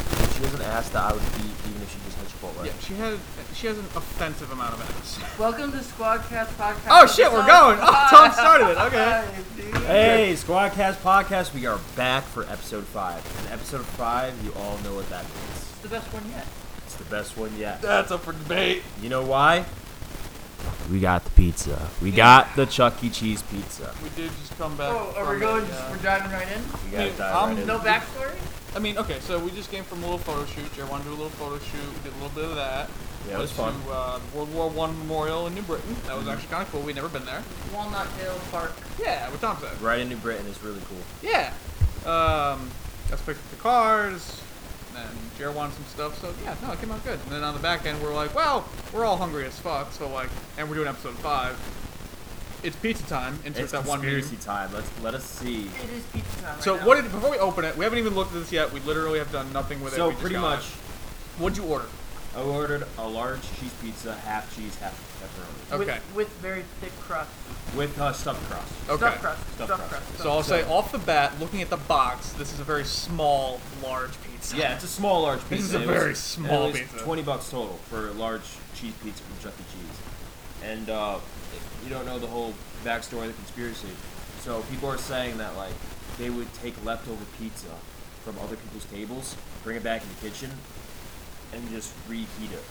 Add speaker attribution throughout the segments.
Speaker 1: It has to out eat even if she just had Chipotle.
Speaker 2: Yeah, she had she has an offensive amount of abs.
Speaker 3: Welcome to Squadcast Podcast.
Speaker 2: Oh shit, we're going. Oh, Tom started it. Okay.
Speaker 3: Five, dude.
Speaker 1: Hey, Squadcast Podcast, we are back for episode 5. And episode 5, you all know what that means.
Speaker 3: It's the best one yet.
Speaker 1: It's the best one yet.
Speaker 2: That's up for debate.
Speaker 1: You know why? We got the pizza. We got the Chuck E. Cheese pizza.
Speaker 2: We did just come back.
Speaker 3: Oh, are
Speaker 2: from
Speaker 3: we going?
Speaker 2: a,
Speaker 3: Just,
Speaker 2: uh,
Speaker 3: we're diving right in.
Speaker 1: We got
Speaker 2: Dude, um,
Speaker 3: No backstory.
Speaker 2: I mean, okay, so we just came from a little photo shoot. Jer wanted to do a little photo shoot. We did a little bit of that.
Speaker 1: Yeah, it was
Speaker 2: Went
Speaker 1: fun.
Speaker 2: To, uh, World War One Memorial in New Britain. That was actually kind of cool. We'd never been there.
Speaker 3: Walnut Hill Park.
Speaker 2: Yeah, what Tom said.
Speaker 1: Right in New Britain is really cool.
Speaker 2: Yeah. Um, that's picked up the cars. And Jer wanted some stuff, so yeah, no, it came out good. And then on the back end, we're like, well, we're all hungry as fuck, so like, and we're doing episode five. It's pizza time. Insert
Speaker 1: it's
Speaker 2: that one
Speaker 1: conspiracy
Speaker 2: meme.
Speaker 1: time. Let's let us see.
Speaker 3: It is pizza time. Right
Speaker 2: So
Speaker 3: now.
Speaker 2: what did before we open it? We haven't even looked at this yet. We literally have done nothing with it.
Speaker 1: So
Speaker 2: We just
Speaker 1: pretty
Speaker 2: got
Speaker 1: much,
Speaker 2: it. what'd you order?
Speaker 1: I ordered a large cheese pizza, half cheese, half pepperoni,
Speaker 3: With,
Speaker 2: okay.
Speaker 3: With very thick crust.
Speaker 1: with uh, stuffed crust.
Speaker 2: Okay.
Speaker 3: Stuffed crust.
Speaker 1: Stuffed
Speaker 3: Stuffed,
Speaker 1: crust.
Speaker 3: crust.
Speaker 2: So I'll
Speaker 3: stuffed
Speaker 2: say off the bat, looking at the box, this is a very small, large pizza.
Speaker 1: Yeah, it's a small large pizza.
Speaker 2: This is a
Speaker 1: It was-
Speaker 2: very small
Speaker 1: it was
Speaker 2: pizza.
Speaker 1: Twenty bucks total for a large cheese pizza from Chuck E. Cheese, and uh, if you don't know the whole backstory of the conspiracy. So people are saying that like they would take leftover pizza from other people's tables, bring it back in the kitchen, and just reheat it.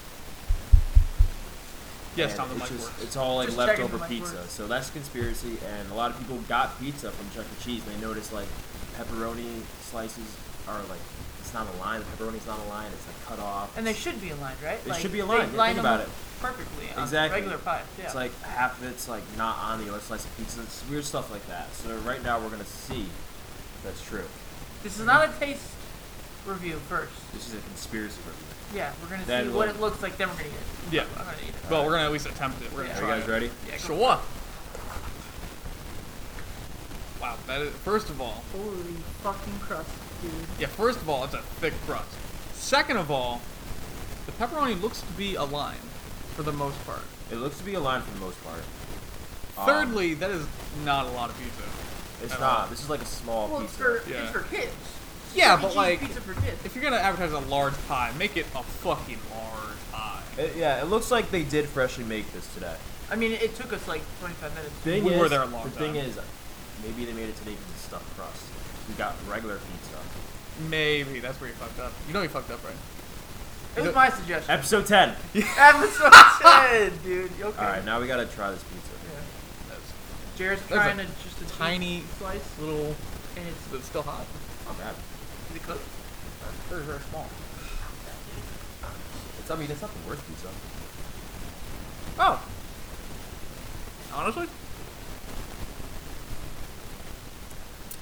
Speaker 2: Yes,
Speaker 1: And
Speaker 2: Tom, the
Speaker 1: it's
Speaker 2: mic
Speaker 1: just-
Speaker 2: works.
Speaker 1: It's all like
Speaker 3: Just checking
Speaker 1: leftover
Speaker 3: the mic
Speaker 1: pizza.
Speaker 3: works.
Speaker 1: So that's conspiracy, and a lot of people got pizza from Chuck E. Cheese, and they noticed like pepperoni slices are like it's not aligned. The pepperoni's not aligned. It's like cut off.
Speaker 3: And they should be aligned, right?
Speaker 1: It should be
Speaker 3: they
Speaker 1: aligned. Yeah,
Speaker 3: line
Speaker 1: think
Speaker 3: them
Speaker 1: about
Speaker 3: up
Speaker 1: it.
Speaker 3: Perfectly. on
Speaker 1: Exactly.
Speaker 3: Regular pies. Yeah.
Speaker 1: It's like half of it's like not on the other slice of pizza. It's weird stuff like that. So right now we're gonna see if that's true.
Speaker 3: this is not a taste review first.
Speaker 1: This is a conspiracy review.
Speaker 3: Yeah, we're gonna
Speaker 1: Then
Speaker 3: see what
Speaker 1: we'll-
Speaker 3: it looks like. Then we're gonna eat it.
Speaker 2: yeah.
Speaker 3: I'm gonna eat it.
Speaker 2: Well, we're gonna at least attempt it. We're gonna
Speaker 3: Yeah.
Speaker 1: Are you
Speaker 2: try
Speaker 1: guys
Speaker 2: it.
Speaker 1: ready?
Speaker 2: Yeah, sure. Wow, that is first of all,
Speaker 3: Holy fucking crust, dude.
Speaker 2: yeah, first of all, it's a thick crust. Second of all, the pepperoni looks to be aligned for the most part.
Speaker 1: It looks to be aligned for the most part. Um,
Speaker 2: Thirdly, that is not a lot of pizza.
Speaker 1: it's
Speaker 2: at all.
Speaker 1: not. This is like a small
Speaker 3: Well, it's
Speaker 1: pizza.
Speaker 3: for,
Speaker 2: Yeah.
Speaker 3: it's for kids.
Speaker 2: Yeah,
Speaker 3: Chuck E.
Speaker 2: but
Speaker 3: Cheese
Speaker 2: like,
Speaker 3: pizza for kids.
Speaker 2: if you're gonna advertise a large pie, make it a fucking large pie.
Speaker 1: It- yeah, it looks like they did freshly make this today.
Speaker 3: I mean, it took us like 25 minutes.
Speaker 1: Thing
Speaker 2: We
Speaker 1: is,
Speaker 2: were there a long
Speaker 1: the
Speaker 2: time.
Speaker 1: thing is, maybe they made it today because it's stuffed crust. We got regular pizza.
Speaker 2: Maybe that's where you fucked up. You know you fucked up, right?
Speaker 3: It
Speaker 2: You know-
Speaker 3: was my suggestion.
Speaker 1: Episode 10.
Speaker 3: Episode 10, dude. Okay.
Speaker 1: All right, now we gotta try this pizza.
Speaker 3: Yeah.
Speaker 2: That's
Speaker 3: Jared's
Speaker 2: a
Speaker 3: trying to just a
Speaker 2: tiny
Speaker 3: slice,
Speaker 2: little,
Speaker 3: and it's
Speaker 2: but it's still hot.
Speaker 1: Not bad.
Speaker 3: is it cooked?
Speaker 2: Very very small.
Speaker 1: It's, I mean, it's not the worst pizza.
Speaker 2: Oh. Honestly?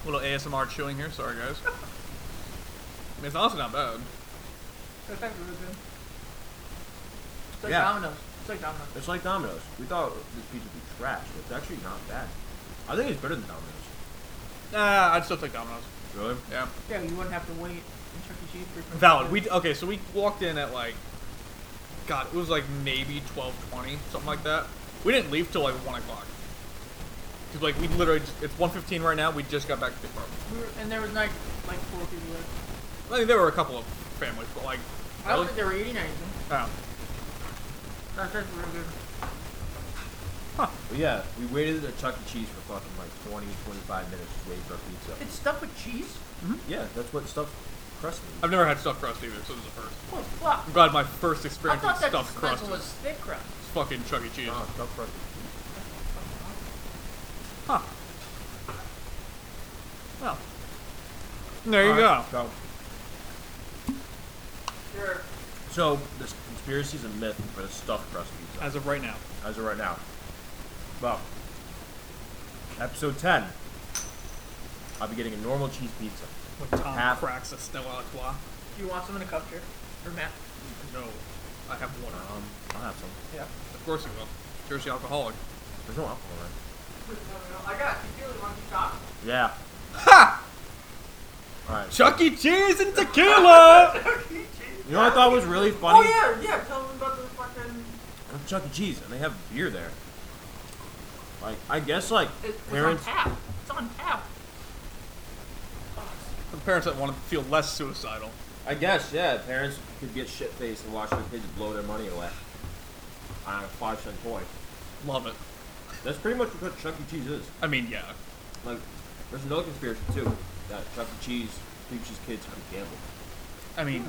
Speaker 2: little ASMR chewing here, sorry guys. I mean, it's honestly not bad.
Speaker 3: It's like
Speaker 1: Yeah.
Speaker 3: Domino's. It's like Domino's.
Speaker 1: It's like Domino's. We thought this pizza would be trash. It's actually not bad. I think it's better than Domino's.
Speaker 2: Nah, I'd still take Domino's.
Speaker 1: Really?
Speaker 2: Yeah.
Speaker 3: Yeah, you wouldn't have to wait in Chuck E. Cheese for
Speaker 2: Valid. We okay, so we walked in at like God, it was like maybe twelve twenty, something like that. We didn't leave till like one o'clock. Cause like we literally just, it's one fifteen right now, we just got back to the apartment.
Speaker 3: We were, and there was like like four people there.
Speaker 2: I think there were a couple of families, but like
Speaker 3: I
Speaker 2: that
Speaker 3: don't
Speaker 2: was-
Speaker 3: think they were eating anything.
Speaker 2: oh.
Speaker 3: That's just really good.
Speaker 1: But yeah, we waited at Chuck E. Cheese for fucking like 20, 25 minutes just waiting for our pizza.
Speaker 3: It's stuffed with cheese.
Speaker 1: Yeah, that's what stuffed crust means.
Speaker 2: I've never had stuffed crust either, so this is the first.
Speaker 3: Oh fuck!
Speaker 2: I'm glad my first
Speaker 3: I
Speaker 2: experience with
Speaker 3: thought that
Speaker 2: stuffed crust
Speaker 3: dispenser
Speaker 2: was,
Speaker 3: was thick crust.
Speaker 2: fucking Chuck E. Cheese.
Speaker 1: Oh, stuffed crust.
Speaker 2: Huh. Well, there you go.
Speaker 1: go.
Speaker 3: Sure.
Speaker 1: So, this conspiracy is a myth for the stuffed crust pizza.
Speaker 2: As of right now,
Speaker 1: as of right now. Well, episode 10. I'll be getting a normal cheese pizza.
Speaker 2: with Tom
Speaker 1: Half.
Speaker 2: cracks a Stella Artois.
Speaker 3: Do you want some in a cup, Jared? Or Matt?
Speaker 2: No, I have water.
Speaker 1: Um, I'll have some.
Speaker 3: Yeah.
Speaker 2: Of course you will. Jersey alcoholic.
Speaker 1: There's no alcohol, right?
Speaker 3: I got it. You really want to talk?
Speaker 1: Yeah.
Speaker 2: Ha!
Speaker 1: Alright.
Speaker 2: Chuck E. Cheese and tequila.
Speaker 1: You know what I thought was really funny?
Speaker 3: Oh yeah, yeah. Tell them about the fucking.
Speaker 1: It's Chuck E. Cheese, and they have beer there. Like, I guess, like,
Speaker 3: It's, it's on
Speaker 1: parents.
Speaker 3: tap. It's on tap.
Speaker 2: the parents that want to feel less suicidal.
Speaker 1: I guess, yeah. Parents could get shit faced and watch their kids blow their money away on a five cent toy.
Speaker 2: Love it.
Speaker 1: That's pretty much what Chuck E. Cheese is.
Speaker 2: I mean, yeah.
Speaker 1: Like, there's another conspiracy too that Chuck E. Cheese teaches kids how to gamble.
Speaker 2: I mean,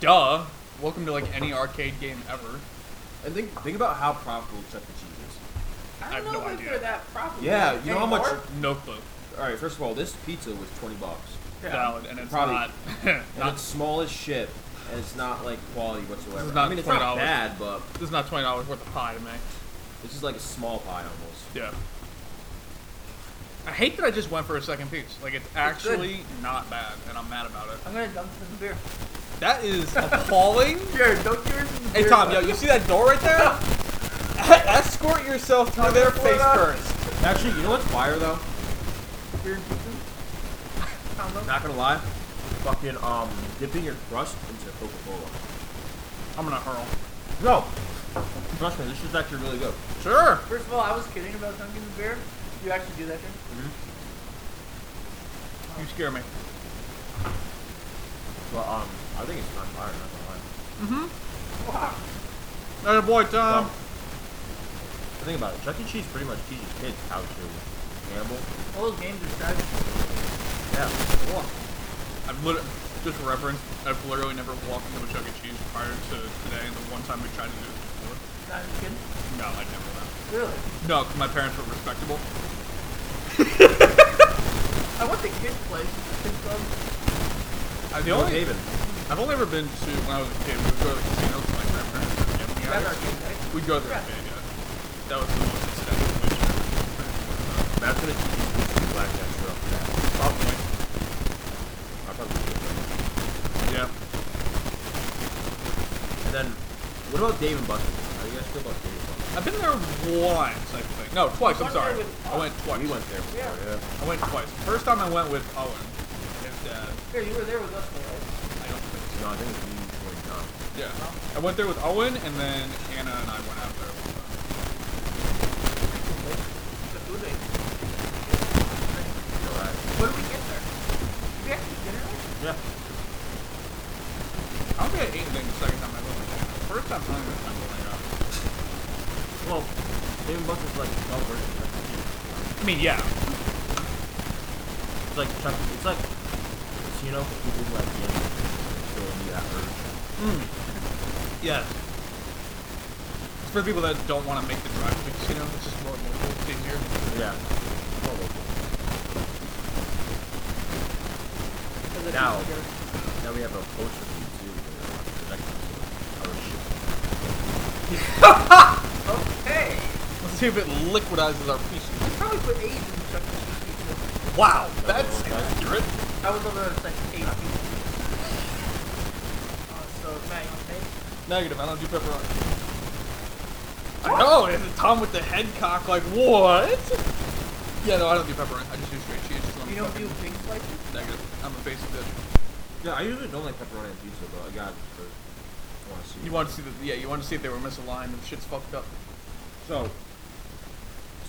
Speaker 2: duh. Welcome to like any arcade game ever.
Speaker 1: And think think about how profitable Chuck E. Cheese is.
Speaker 3: I
Speaker 2: I have
Speaker 3: don't know
Speaker 2: no
Speaker 3: if
Speaker 2: idea.
Speaker 3: they're that profitable.
Speaker 1: Yeah, you know how much?
Speaker 3: anymore.
Speaker 2: No clue.
Speaker 1: All right, first of all, this pizza was twenty bucks.
Speaker 2: Valid, and it's
Speaker 1: Probably.
Speaker 2: not.
Speaker 1: And
Speaker 2: not
Speaker 1: it's small as shit, and it's not like quality whatsoever.
Speaker 2: This is not
Speaker 1: I mean, it's not
Speaker 2: $20.
Speaker 1: bad, but
Speaker 2: this is not twenty dollars worth of pie to me.
Speaker 1: it's just like a small pie almost.
Speaker 2: Yeah. I hate that I just went for a second piece. Like it's actually not bad, and I'm mad about it.
Speaker 3: I'm gonna dump some beer.
Speaker 2: That is appalling.
Speaker 3: Jared, don't yours in the
Speaker 2: hey
Speaker 3: beer
Speaker 2: Tom, yo,
Speaker 3: bucket.
Speaker 2: you see that door right there? Escort yourself to their
Speaker 3: pull it
Speaker 2: face
Speaker 3: up.
Speaker 2: first.
Speaker 1: Actually, you know what's fire though?
Speaker 3: Beer and pizza? Combo.
Speaker 1: Not gonna lie, fucking um, dipping your crust into Coca Cola.
Speaker 2: I'm gonna hurl.
Speaker 1: No, trust me, this is actually really good.
Speaker 2: Sure.
Speaker 3: First of all, I was kidding about dunking the beer. You actually do that, Jared?
Speaker 2: You scare me.
Speaker 1: But um, I think it's not fire. Not gonna lie.
Speaker 3: Wow.
Speaker 2: That a boy, Tom.
Speaker 1: Well, think about it. Chuck E. Cheese pretty much teaches kids how to gamble.
Speaker 3: All those games are strategy.
Speaker 1: Yeah.
Speaker 2: I've literally, just for reference, I've literally never walked into a Chuck E. Cheese prior to today, and the one time we tried to do it before,
Speaker 3: Not even kidding.
Speaker 2: no, I never went.
Speaker 3: Really?
Speaker 2: No, 'cause my parents were respectable.
Speaker 3: I went to kids' place. Kids club.
Speaker 2: I, the
Speaker 1: Only
Speaker 2: only,
Speaker 1: David.
Speaker 2: I've only ever been to, when I was a kid, we would go to the casino 'cause my grandparents would get me
Speaker 3: That's
Speaker 2: out.
Speaker 3: our game night.
Speaker 2: We'd go there
Speaker 3: Yeah.
Speaker 2: and bid, yeah. That was the most expensive place I ever went.
Speaker 1: Matt's gonna teach you to do blackjack straight off the bat.
Speaker 2: Probably.
Speaker 1: I probably should have.
Speaker 2: Yeah.
Speaker 1: And then, what about Dave and Buster's? How do you guys feel about Dave and Buster's?
Speaker 2: I've been there once, I think. No, twice, I'm
Speaker 3: One there
Speaker 2: sorry.
Speaker 3: with-
Speaker 2: I went twice.
Speaker 1: We went there before,
Speaker 3: Yeah.
Speaker 1: yeah.
Speaker 2: I went twice. First time I went with Owen, his dad.
Speaker 3: Here, you were there with us, though, right?
Speaker 2: I don't think
Speaker 1: No, I think it was me, Troy, and Tom.
Speaker 2: Yeah. I went there with Owen, and then Hannah and I went out there. one time.
Speaker 3: The food they.
Speaker 1: All right.
Speaker 3: What did we get there? Did we actually get dinner? there?
Speaker 1: Yeah.
Speaker 2: I don't think I ate anything the second time I went with Hannah. The First time, I don't even remember when I got
Speaker 1: Well, Dave and Buster's like the adult version of Chuck E. Cheese.
Speaker 2: I mean, yeah.
Speaker 1: It's like Chuck E. It's like casino for people who like gambling. So you that urge.
Speaker 3: Hmm.
Speaker 2: Yes. It's for people that don't want to make the drive to the casino. It's just more local. It's easier.
Speaker 1: Yeah.
Speaker 3: Because I think
Speaker 1: Now.
Speaker 3: we get it.
Speaker 1: Now we have a poster for you too. for the next episode. Our shit.
Speaker 3: Okay.
Speaker 2: Let's see if it liquidizes our pieces.
Speaker 3: Let's probably put AIDS in Chuck E. Cheese pizza.
Speaker 2: Wow,
Speaker 1: that's
Speaker 2: accurate.
Speaker 3: I would love to say AIDS pizza. Uh, so, Matt, you want to
Speaker 2: Negative. I don't do pepperoni. I know. And Tom with the head cock, like what? Yeah, no, I don't do pepperoni. I just do straight cheese. Just on
Speaker 3: You don't
Speaker 2: fucking-
Speaker 3: do pink slices?
Speaker 2: Negative. I'm a basic bitch.
Speaker 1: Yeah, I usually don't like pepperoni and pizza, but I got it for. I want to see.
Speaker 2: You want to see the yeah? You want to see if they were misaligned and shit's fucked up.
Speaker 1: so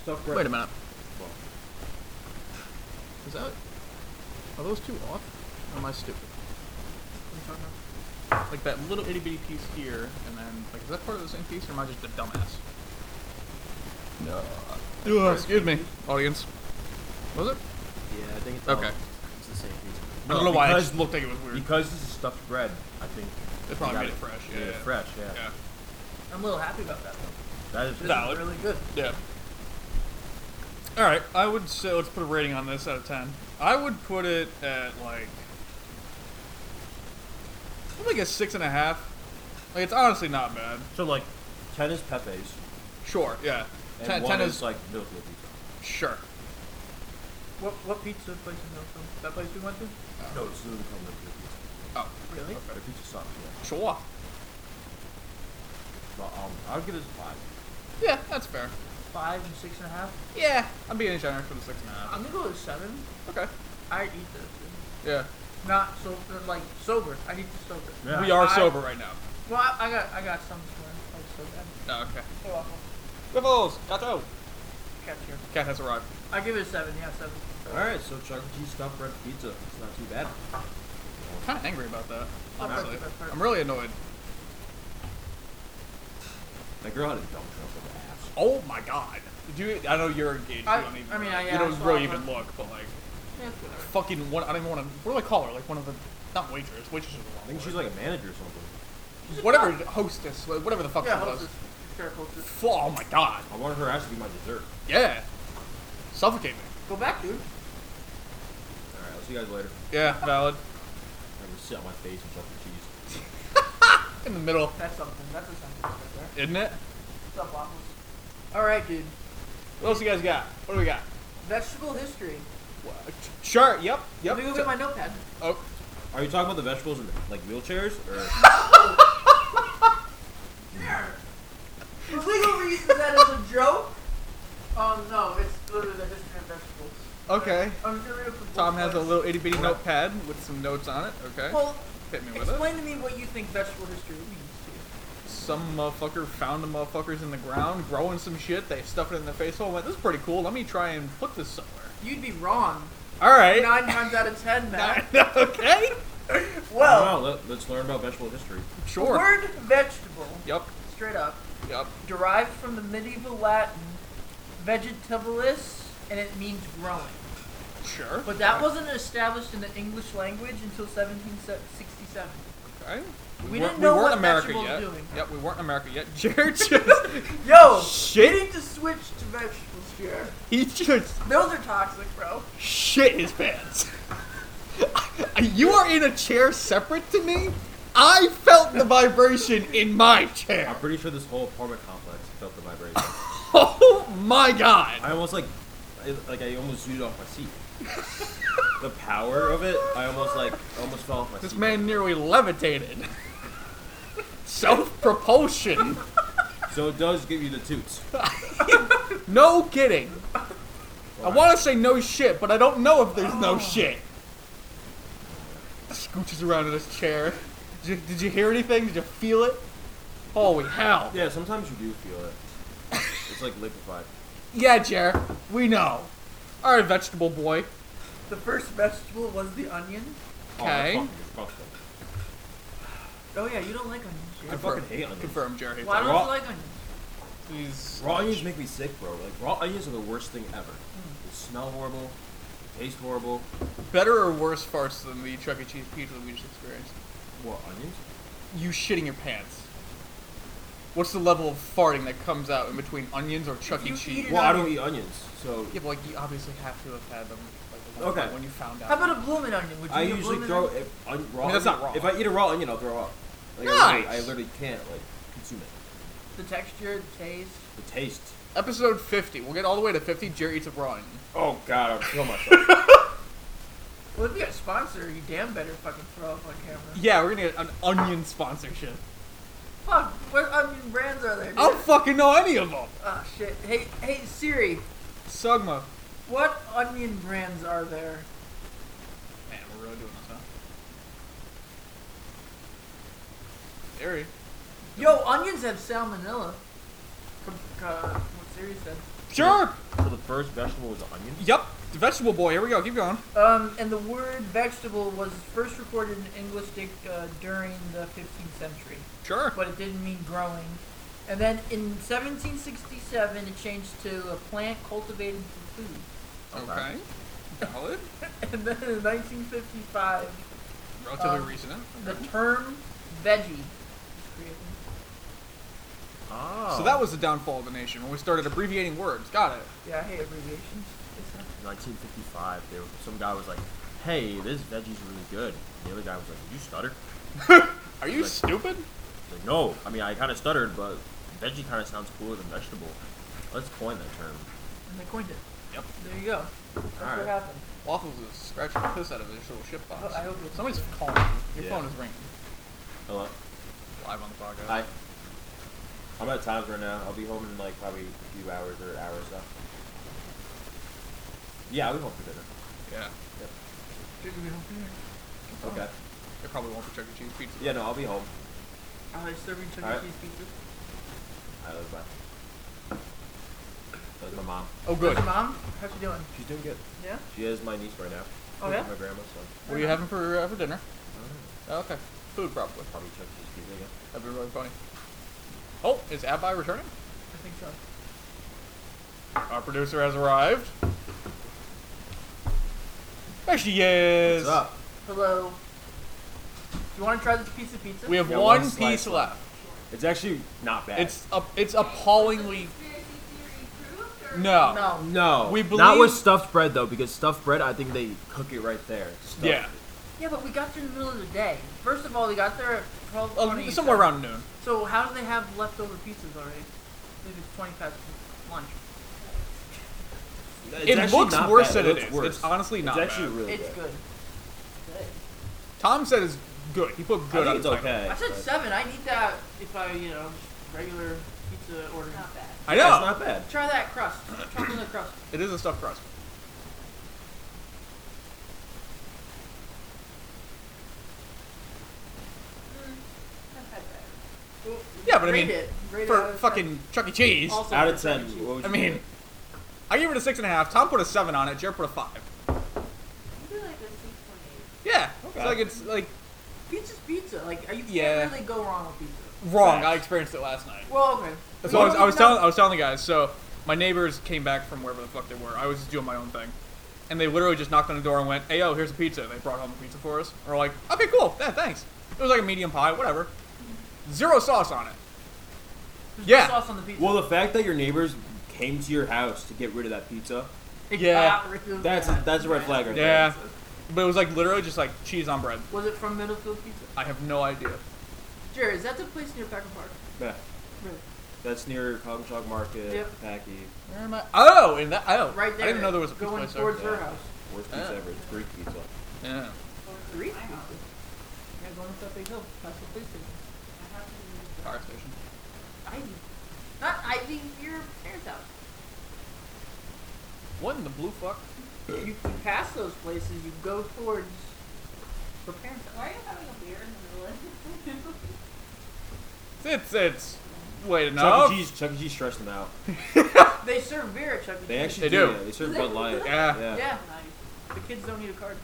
Speaker 1: stuff?
Speaker 2: Wait a minute.
Speaker 1: Well,
Speaker 2: Is that? Are those two off? Or am I stupid? Like that little itty bitty piece here, and then like is that part of the same piece, or am I just a dumbass?
Speaker 1: no.
Speaker 2: Ugh, excuse me, audience. Was it?
Speaker 1: Yeah, I think it's
Speaker 2: Okay.
Speaker 1: All, it's the same pizza.
Speaker 2: I don't know why. It
Speaker 1: because-
Speaker 2: just looked like it was weird.
Speaker 1: Because this is stuffed bread, I think.
Speaker 2: They probably
Speaker 1: we got
Speaker 2: made it fresh,
Speaker 1: they
Speaker 2: yeah,
Speaker 1: made it
Speaker 2: yeah.
Speaker 1: fresh. Yeah.
Speaker 2: Yeah.
Speaker 3: I'm a little happy about that, though.
Speaker 1: That is.
Speaker 3: This
Speaker 2: Valid.
Speaker 3: is really good.
Speaker 2: Yeah. All right, I would say let's put a rating on this out of ten. I would put it at like, I'm like a six and a half. Like it's honestly not bad.
Speaker 1: So like, ten is Pepe's,
Speaker 2: Sure, yeah.
Speaker 1: and
Speaker 2: Ten,
Speaker 1: one
Speaker 2: 10
Speaker 1: is like Liverpool pizza.
Speaker 2: sure.
Speaker 3: What, what pizza place is that from? That place we went to?
Speaker 1: No, it's literally called Liverpool pizza.
Speaker 2: Oh,
Speaker 3: Really?
Speaker 1: Their pizza sucks. Yeah.
Speaker 2: sure.
Speaker 1: But um, I would give this a five.
Speaker 2: Yeah, that's fair.
Speaker 3: Five and six and a half?
Speaker 2: Yeah, I'm being generous for the six and a half.
Speaker 3: I'm gonna go with seven.
Speaker 2: Okay.
Speaker 3: I eat this.
Speaker 2: Yeah,
Speaker 3: Not so like sober. I need to sober.
Speaker 1: Yeah.
Speaker 2: we are
Speaker 3: I-
Speaker 2: sober right now.
Speaker 3: Well, I, I got I got some somewhere. I was so bad.
Speaker 2: Oh, okay.
Speaker 3: So awful.
Speaker 2: Riffles, gato.
Speaker 3: Catch here.
Speaker 2: Cat has arrived.
Speaker 3: I give it a seven. Yeah, seven.
Speaker 1: E. All right, so chocolate cheese stuffed bread pizza. It's not too bad.
Speaker 2: kind of angry about that.
Speaker 3: Oh, that's
Speaker 2: Honestly,
Speaker 3: the best part.
Speaker 2: I'm really annoyed.
Speaker 1: That girl had a dumb truck of ass.
Speaker 2: Oh my god. Did you? I know you're engaged.
Speaker 3: I-
Speaker 2: you don't even,
Speaker 3: I mean, I- yeah,
Speaker 2: you
Speaker 3: I
Speaker 2: don't
Speaker 3: saw
Speaker 2: really
Speaker 3: it,
Speaker 2: even
Speaker 3: but-
Speaker 2: look, but like,
Speaker 3: Yeah, it's whatever.
Speaker 2: fucking one. I don't even want to. What do I call her? Like one of the not waitress. Waitress is the wrong
Speaker 1: I think she's
Speaker 2: word.
Speaker 1: like a manager or something.
Speaker 2: whatever hostess, like, whatever the fuck
Speaker 3: Yeah,
Speaker 2: she was.
Speaker 3: hostess. Fair hostess.
Speaker 2: F- Oh my god.
Speaker 1: I want her ass to be my dessert.
Speaker 2: Yeah. Suffocate me.
Speaker 3: Go back, dude.
Speaker 1: Alright, I'll see you guys later.
Speaker 2: Yeah, valid.
Speaker 1: I'm gonna sit on my face and chuck the cheese.
Speaker 2: In the middle,
Speaker 3: That's something. That's a something right there.
Speaker 2: isn't it?
Speaker 3: What's up, waffles? All right, dude.
Speaker 2: What else you guys got? What do we got?
Speaker 3: Vegetable history.
Speaker 2: What? Sure. Yep. Yep.
Speaker 3: Let me go get my notepad.
Speaker 2: oh,
Speaker 1: Are you talking about the vegetables in like wheelchairs? Or
Speaker 3: For legal reasons, that is a joke. Um, no, it's literally the history of vegetables.
Speaker 2: okay.
Speaker 3: I'm just gonna read it from
Speaker 2: Tom
Speaker 3: both
Speaker 2: has a
Speaker 3: sides.
Speaker 2: little itty bitty notepad with some notes on it. Okay.
Speaker 3: Well,
Speaker 2: Hit me with it.
Speaker 3: explain to me what you think vegetable history means
Speaker 2: Some motherfucker found the motherfuckers in the ground growing some shit. They stuffed it in their face hole. and Went, this is pretty cool. Let me try and put this somewhere.
Speaker 3: to you. You'd be wrong.
Speaker 2: All right.
Speaker 3: Nine times out of ten, Matt.
Speaker 2: okay.
Speaker 1: I
Speaker 3: Well,
Speaker 1: don't know, let, let's learn about vegetable history.
Speaker 3: the
Speaker 2: Sure.
Speaker 3: word vegetable,
Speaker 2: Yep.
Speaker 3: straight up,
Speaker 2: Yep.
Speaker 3: derived from the medieval Latin vegetabilis, and it means growing.
Speaker 2: Sure.
Speaker 3: But that wasn't established in the English language until 1767.
Speaker 2: Okay.
Speaker 3: We
Speaker 2: weren't-
Speaker 3: didn't know
Speaker 2: we weren't
Speaker 3: what
Speaker 2: America
Speaker 3: vegetables
Speaker 2: yet.
Speaker 3: doing.
Speaker 2: Yep, we weren't in America yet. Jared just
Speaker 3: Yo,
Speaker 2: Shit.
Speaker 3: we need to switch to vegetables here.
Speaker 2: he just
Speaker 3: Those are toxic, bro.
Speaker 2: shit his pants. you are in a chair separate to me. I felt the vibration in my
Speaker 1: I'm
Speaker 2: chair.
Speaker 1: pretty sure this whole apartment complex felt the vibration.
Speaker 2: Oh my god.
Speaker 1: I almost like, I, like I almost zooted off my seat. the power of it, I almost like almost fell off my
Speaker 2: This
Speaker 1: seat.
Speaker 2: man nearly levitated. Self propulsion.
Speaker 1: So it does give you the toots.
Speaker 2: No kidding. I
Speaker 1: Alright.
Speaker 2: want to say no shit, but I don't know if there's
Speaker 1: Oh.
Speaker 2: no shit. Scooches around in his chair. Did you, did you hear anything? Did you feel it? Holy hell.
Speaker 1: Yeah, sometimes you do feel it. It's like liquefied.
Speaker 2: Yeah, Jer, we know. All right, vegetable boy.
Speaker 3: The first vegetable was the onion.
Speaker 1: Oh, that's
Speaker 2: Okay.
Speaker 1: fucking disgusting.
Speaker 3: Oh yeah, you don't like onions.
Speaker 1: I
Speaker 3: Jared.
Speaker 2: Confirm.
Speaker 1: fucking hate onions.
Speaker 2: Confirm, Jer hates
Speaker 3: Why
Speaker 2: onions.
Speaker 3: don't
Speaker 1: raw-
Speaker 3: you like onions?
Speaker 2: Please.
Speaker 1: Raw onions make me sick, bro. Like raw onions are the worst thing ever. They smell horrible, they taste horrible.
Speaker 2: Better or worse farts than the Chuck E. Cheese pizza that we just experienced?
Speaker 1: What onions?
Speaker 2: You shitting your pants. What's the level of farting that comes out in between onions or Chuck E.
Speaker 3: you
Speaker 2: Cheese?
Speaker 3: eat
Speaker 1: Well, I don't eat onions, so
Speaker 2: Yeah, but like you obviously have to have had them. Like,
Speaker 1: Okay.
Speaker 2: When you found out.
Speaker 3: How about a blooming onion? Would you
Speaker 1: I
Speaker 3: eat a
Speaker 1: usually
Speaker 3: bloomin'
Speaker 1: throw
Speaker 3: onion?
Speaker 1: if un- raw.
Speaker 2: I mean, that's
Speaker 1: onion-
Speaker 2: not raw.
Speaker 1: If I eat a raw onion, I'll throw up. Like, I, literally, I
Speaker 2: Nice.
Speaker 1: literally can't like consume it.
Speaker 3: the texture, the taste.
Speaker 1: The taste.
Speaker 2: Episode 50. We'll get all the way to 50. Jerry eats a raw onion.
Speaker 1: Oh God, I'll kill myself.
Speaker 3: Well, if you got a sponsor, you damn better fucking throw up on camera.
Speaker 2: Yeah, we're gonna get an onion sponsorship.
Speaker 3: Fuck, what onion brands are there? Dude?
Speaker 1: Oh.
Speaker 2: I don't fucking know any of them.
Speaker 3: Ah, shit. Hey, hey Siri,
Speaker 2: Sugma.
Speaker 3: what onion brands are there?
Speaker 2: Man, we're really doing this, huh? Scary.
Speaker 3: Yo, onions have salmonella. Com- uh, what Siri said.
Speaker 2: Sure.
Speaker 1: so the first vegetable was onion.
Speaker 2: Yep. The vegetable boy. Here we go. Keep going.
Speaker 3: Um, and the word vegetable was first recorded in English dic- uh, during the 15th century,
Speaker 2: Sure.
Speaker 3: but it didn't mean growing. And then in 1767, it changed to a plant cultivated for food.
Speaker 2: Okay. Valid.
Speaker 3: And then in 1955,
Speaker 2: Relatively
Speaker 3: Um,
Speaker 2: recent.
Speaker 3: the term veggie was created.
Speaker 1: Oh.
Speaker 2: So that was the downfall of the nation when we started abbreviating words. Got it.
Speaker 3: Yeah, I hate abbreviations. It's not-
Speaker 1: 1955. There, was- some guy was like, "Hey, this veggie's really good." And the other guy was like, "Did you stutter?"
Speaker 2: Are you
Speaker 1: Like-
Speaker 2: stupid?
Speaker 1: He's like, no, I mean I kind of stuttered, but veggie kind of sounds cooler than vegetable. Let's coin that term.
Speaker 3: And they coined it.
Speaker 2: Yep.
Speaker 3: There you go. That's
Speaker 1: All right.
Speaker 3: what happened.
Speaker 2: Waffles is scratching the piss out of his little shit box.
Speaker 3: I hope it's-
Speaker 2: Somebody's calling you. Your
Speaker 1: Yeah.
Speaker 2: phone is ringing.
Speaker 1: Hello.
Speaker 2: Live on the podcast.
Speaker 1: Hi. I'm out of time right now. I'll be home in like probably a few hours or an hour or so. Yeah, I'll be home for dinner.
Speaker 2: Yeah.
Speaker 1: Yep.
Speaker 3: Dude, we don't care.
Speaker 1: Okay.
Speaker 2: It probably won't be Chuck E. Cheese pizza.
Speaker 1: Yeah, no, I'll be home.
Speaker 3: Are they serving
Speaker 1: All
Speaker 3: Chuck E.
Speaker 1: right.
Speaker 3: Cheese pizza?
Speaker 1: I love that. That was my mom.
Speaker 2: Oh, good.
Speaker 3: How's your mom? How's she doing?
Speaker 1: She's doing good.
Speaker 3: Yeah?
Speaker 1: She is my niece right now.
Speaker 3: Oh, yeah?
Speaker 1: My grandma's son.
Speaker 2: What are you having for uh, for dinner?
Speaker 1: I don't know.
Speaker 2: Okay. Food, probably.
Speaker 1: Probably Chuck E. Cheese pizza. Yeah.
Speaker 2: That'd be really funny. Oh, is Abby returning?
Speaker 3: I think so.
Speaker 2: Our producer has arrived. There she is.
Speaker 1: What's up?
Speaker 3: Hello. Do you want to try this piece of pizza?
Speaker 2: We have
Speaker 1: Yeah,
Speaker 2: one,
Speaker 1: one slice
Speaker 2: piece
Speaker 1: left.
Speaker 2: left.
Speaker 1: It's actually not bad.
Speaker 2: It's up. It's appallingly. No.
Speaker 3: no.
Speaker 1: no,
Speaker 2: We
Speaker 1: not
Speaker 2: believe-
Speaker 1: with stuffed bread though, because stuffed bread, I think they cook it right there. Stuffed
Speaker 2: Yeah.
Speaker 3: Yeah, but we got there in the middle of the day. First of all, they got there at twelve
Speaker 2: Uh,
Speaker 3: twenty.
Speaker 2: somewhere around noon.
Speaker 3: So how do they have leftover pizzas already? Maybe it's twenty past lunch.
Speaker 1: It's
Speaker 2: it
Speaker 1: actually
Speaker 2: looks
Speaker 1: not
Speaker 2: worse
Speaker 1: bad.
Speaker 2: than it
Speaker 1: looks
Speaker 2: is.
Speaker 1: worse.
Speaker 2: It's honestly
Speaker 1: It's
Speaker 2: not
Speaker 1: actually
Speaker 2: bad.
Speaker 1: really
Speaker 3: It's good.
Speaker 2: Tom said it's good. He put good
Speaker 1: I
Speaker 2: on
Speaker 1: think it's
Speaker 2: the title.
Speaker 1: okay.
Speaker 3: I said
Speaker 1: but-
Speaker 3: seven. I need that if I, you know, just regular pizza order. Not bad.
Speaker 2: I
Speaker 1: Yeah, it's
Speaker 2: know.
Speaker 1: not bad.
Speaker 3: Try that crust. Chocolate crust.
Speaker 2: It is a stuffed crust.
Speaker 3: Well,
Speaker 2: Yeah, but I
Speaker 3: rate
Speaker 2: mean,
Speaker 3: it. Rate it
Speaker 2: For
Speaker 3: out of
Speaker 2: fucking Chuck E. Cheese.
Speaker 3: Also-
Speaker 1: Out of
Speaker 3: Seven.
Speaker 1: ten, what would
Speaker 2: I
Speaker 1: you
Speaker 2: mean, I gave it a six and a half. Tom put a seven on it. Jared put a five. Yeah.
Speaker 1: Okay.
Speaker 2: It's like it's like
Speaker 3: ten. pizza's pizza. Like you
Speaker 2: Yeah.
Speaker 3: can't really go wrong with pizza.
Speaker 2: wrong.
Speaker 1: Facts.
Speaker 2: I experienced it last night.
Speaker 3: Well, okay.
Speaker 2: That's
Speaker 3: We
Speaker 2: what I was,
Speaker 3: don't
Speaker 2: I was
Speaker 3: even know.
Speaker 2: telling I was telling the guys. So my neighbors came back from wherever the fuck they were. I was just doing my own thing, and they literally just knocked on the door and went, "Hey, yo, here's a pizza." And they brought home a pizza for us. And we're like, "Okay, cool. Yeah, thanks." It was like a medium pie, whatever. Zero sauce on it.
Speaker 3: There's
Speaker 2: Yeah.
Speaker 3: Sauce on the pizza.
Speaker 1: Well, the fact that your neighbors came to your house to get rid of that pizza,
Speaker 3: It
Speaker 2: yeah.
Speaker 3: got rid of
Speaker 1: that's
Speaker 3: that.
Speaker 1: that's a red flag right
Speaker 2: Yeah,
Speaker 1: there.
Speaker 2: but it was like literally just like cheese on bread.
Speaker 3: Was it from Middlefield Pizza?
Speaker 2: I have no idea.
Speaker 3: Jared, is that the place near Packer Park?
Speaker 1: Yeah.
Speaker 3: Really?
Speaker 1: That's near Chog Market,
Speaker 3: Yep.
Speaker 1: Packy.
Speaker 2: Where am I? Oh, in that oh,
Speaker 3: Right there.
Speaker 2: I didn't know there was a pizza
Speaker 3: going
Speaker 2: place there.
Speaker 3: towards
Speaker 1: there.
Speaker 3: her house.
Speaker 1: Worst pizza
Speaker 2: Oh.
Speaker 1: ever. It's Greek pizza.
Speaker 2: Yeah.
Speaker 3: Greek pizza. Yeah, going up that big hill. That's the police station.
Speaker 2: Fire station.
Speaker 3: Ivy. Not Ivy. Your parents' house.
Speaker 2: What in the blue fuck?
Speaker 3: You, you pass those places. You go towards her parents' house.
Speaker 4: Why are you having a beer in the middle of
Speaker 2: It's it's.
Speaker 1: Chuck
Speaker 2: Wait, no.
Speaker 1: E. Cheese, Chuck E. Cheese stressed them out.
Speaker 3: They serve beer at Chuck E.
Speaker 1: They
Speaker 3: Cheese.
Speaker 1: actually
Speaker 2: They do.
Speaker 1: that. They serve Bud Light.
Speaker 2: Yeah.
Speaker 1: Yeah.
Speaker 3: Yeah. The kids don't need a card.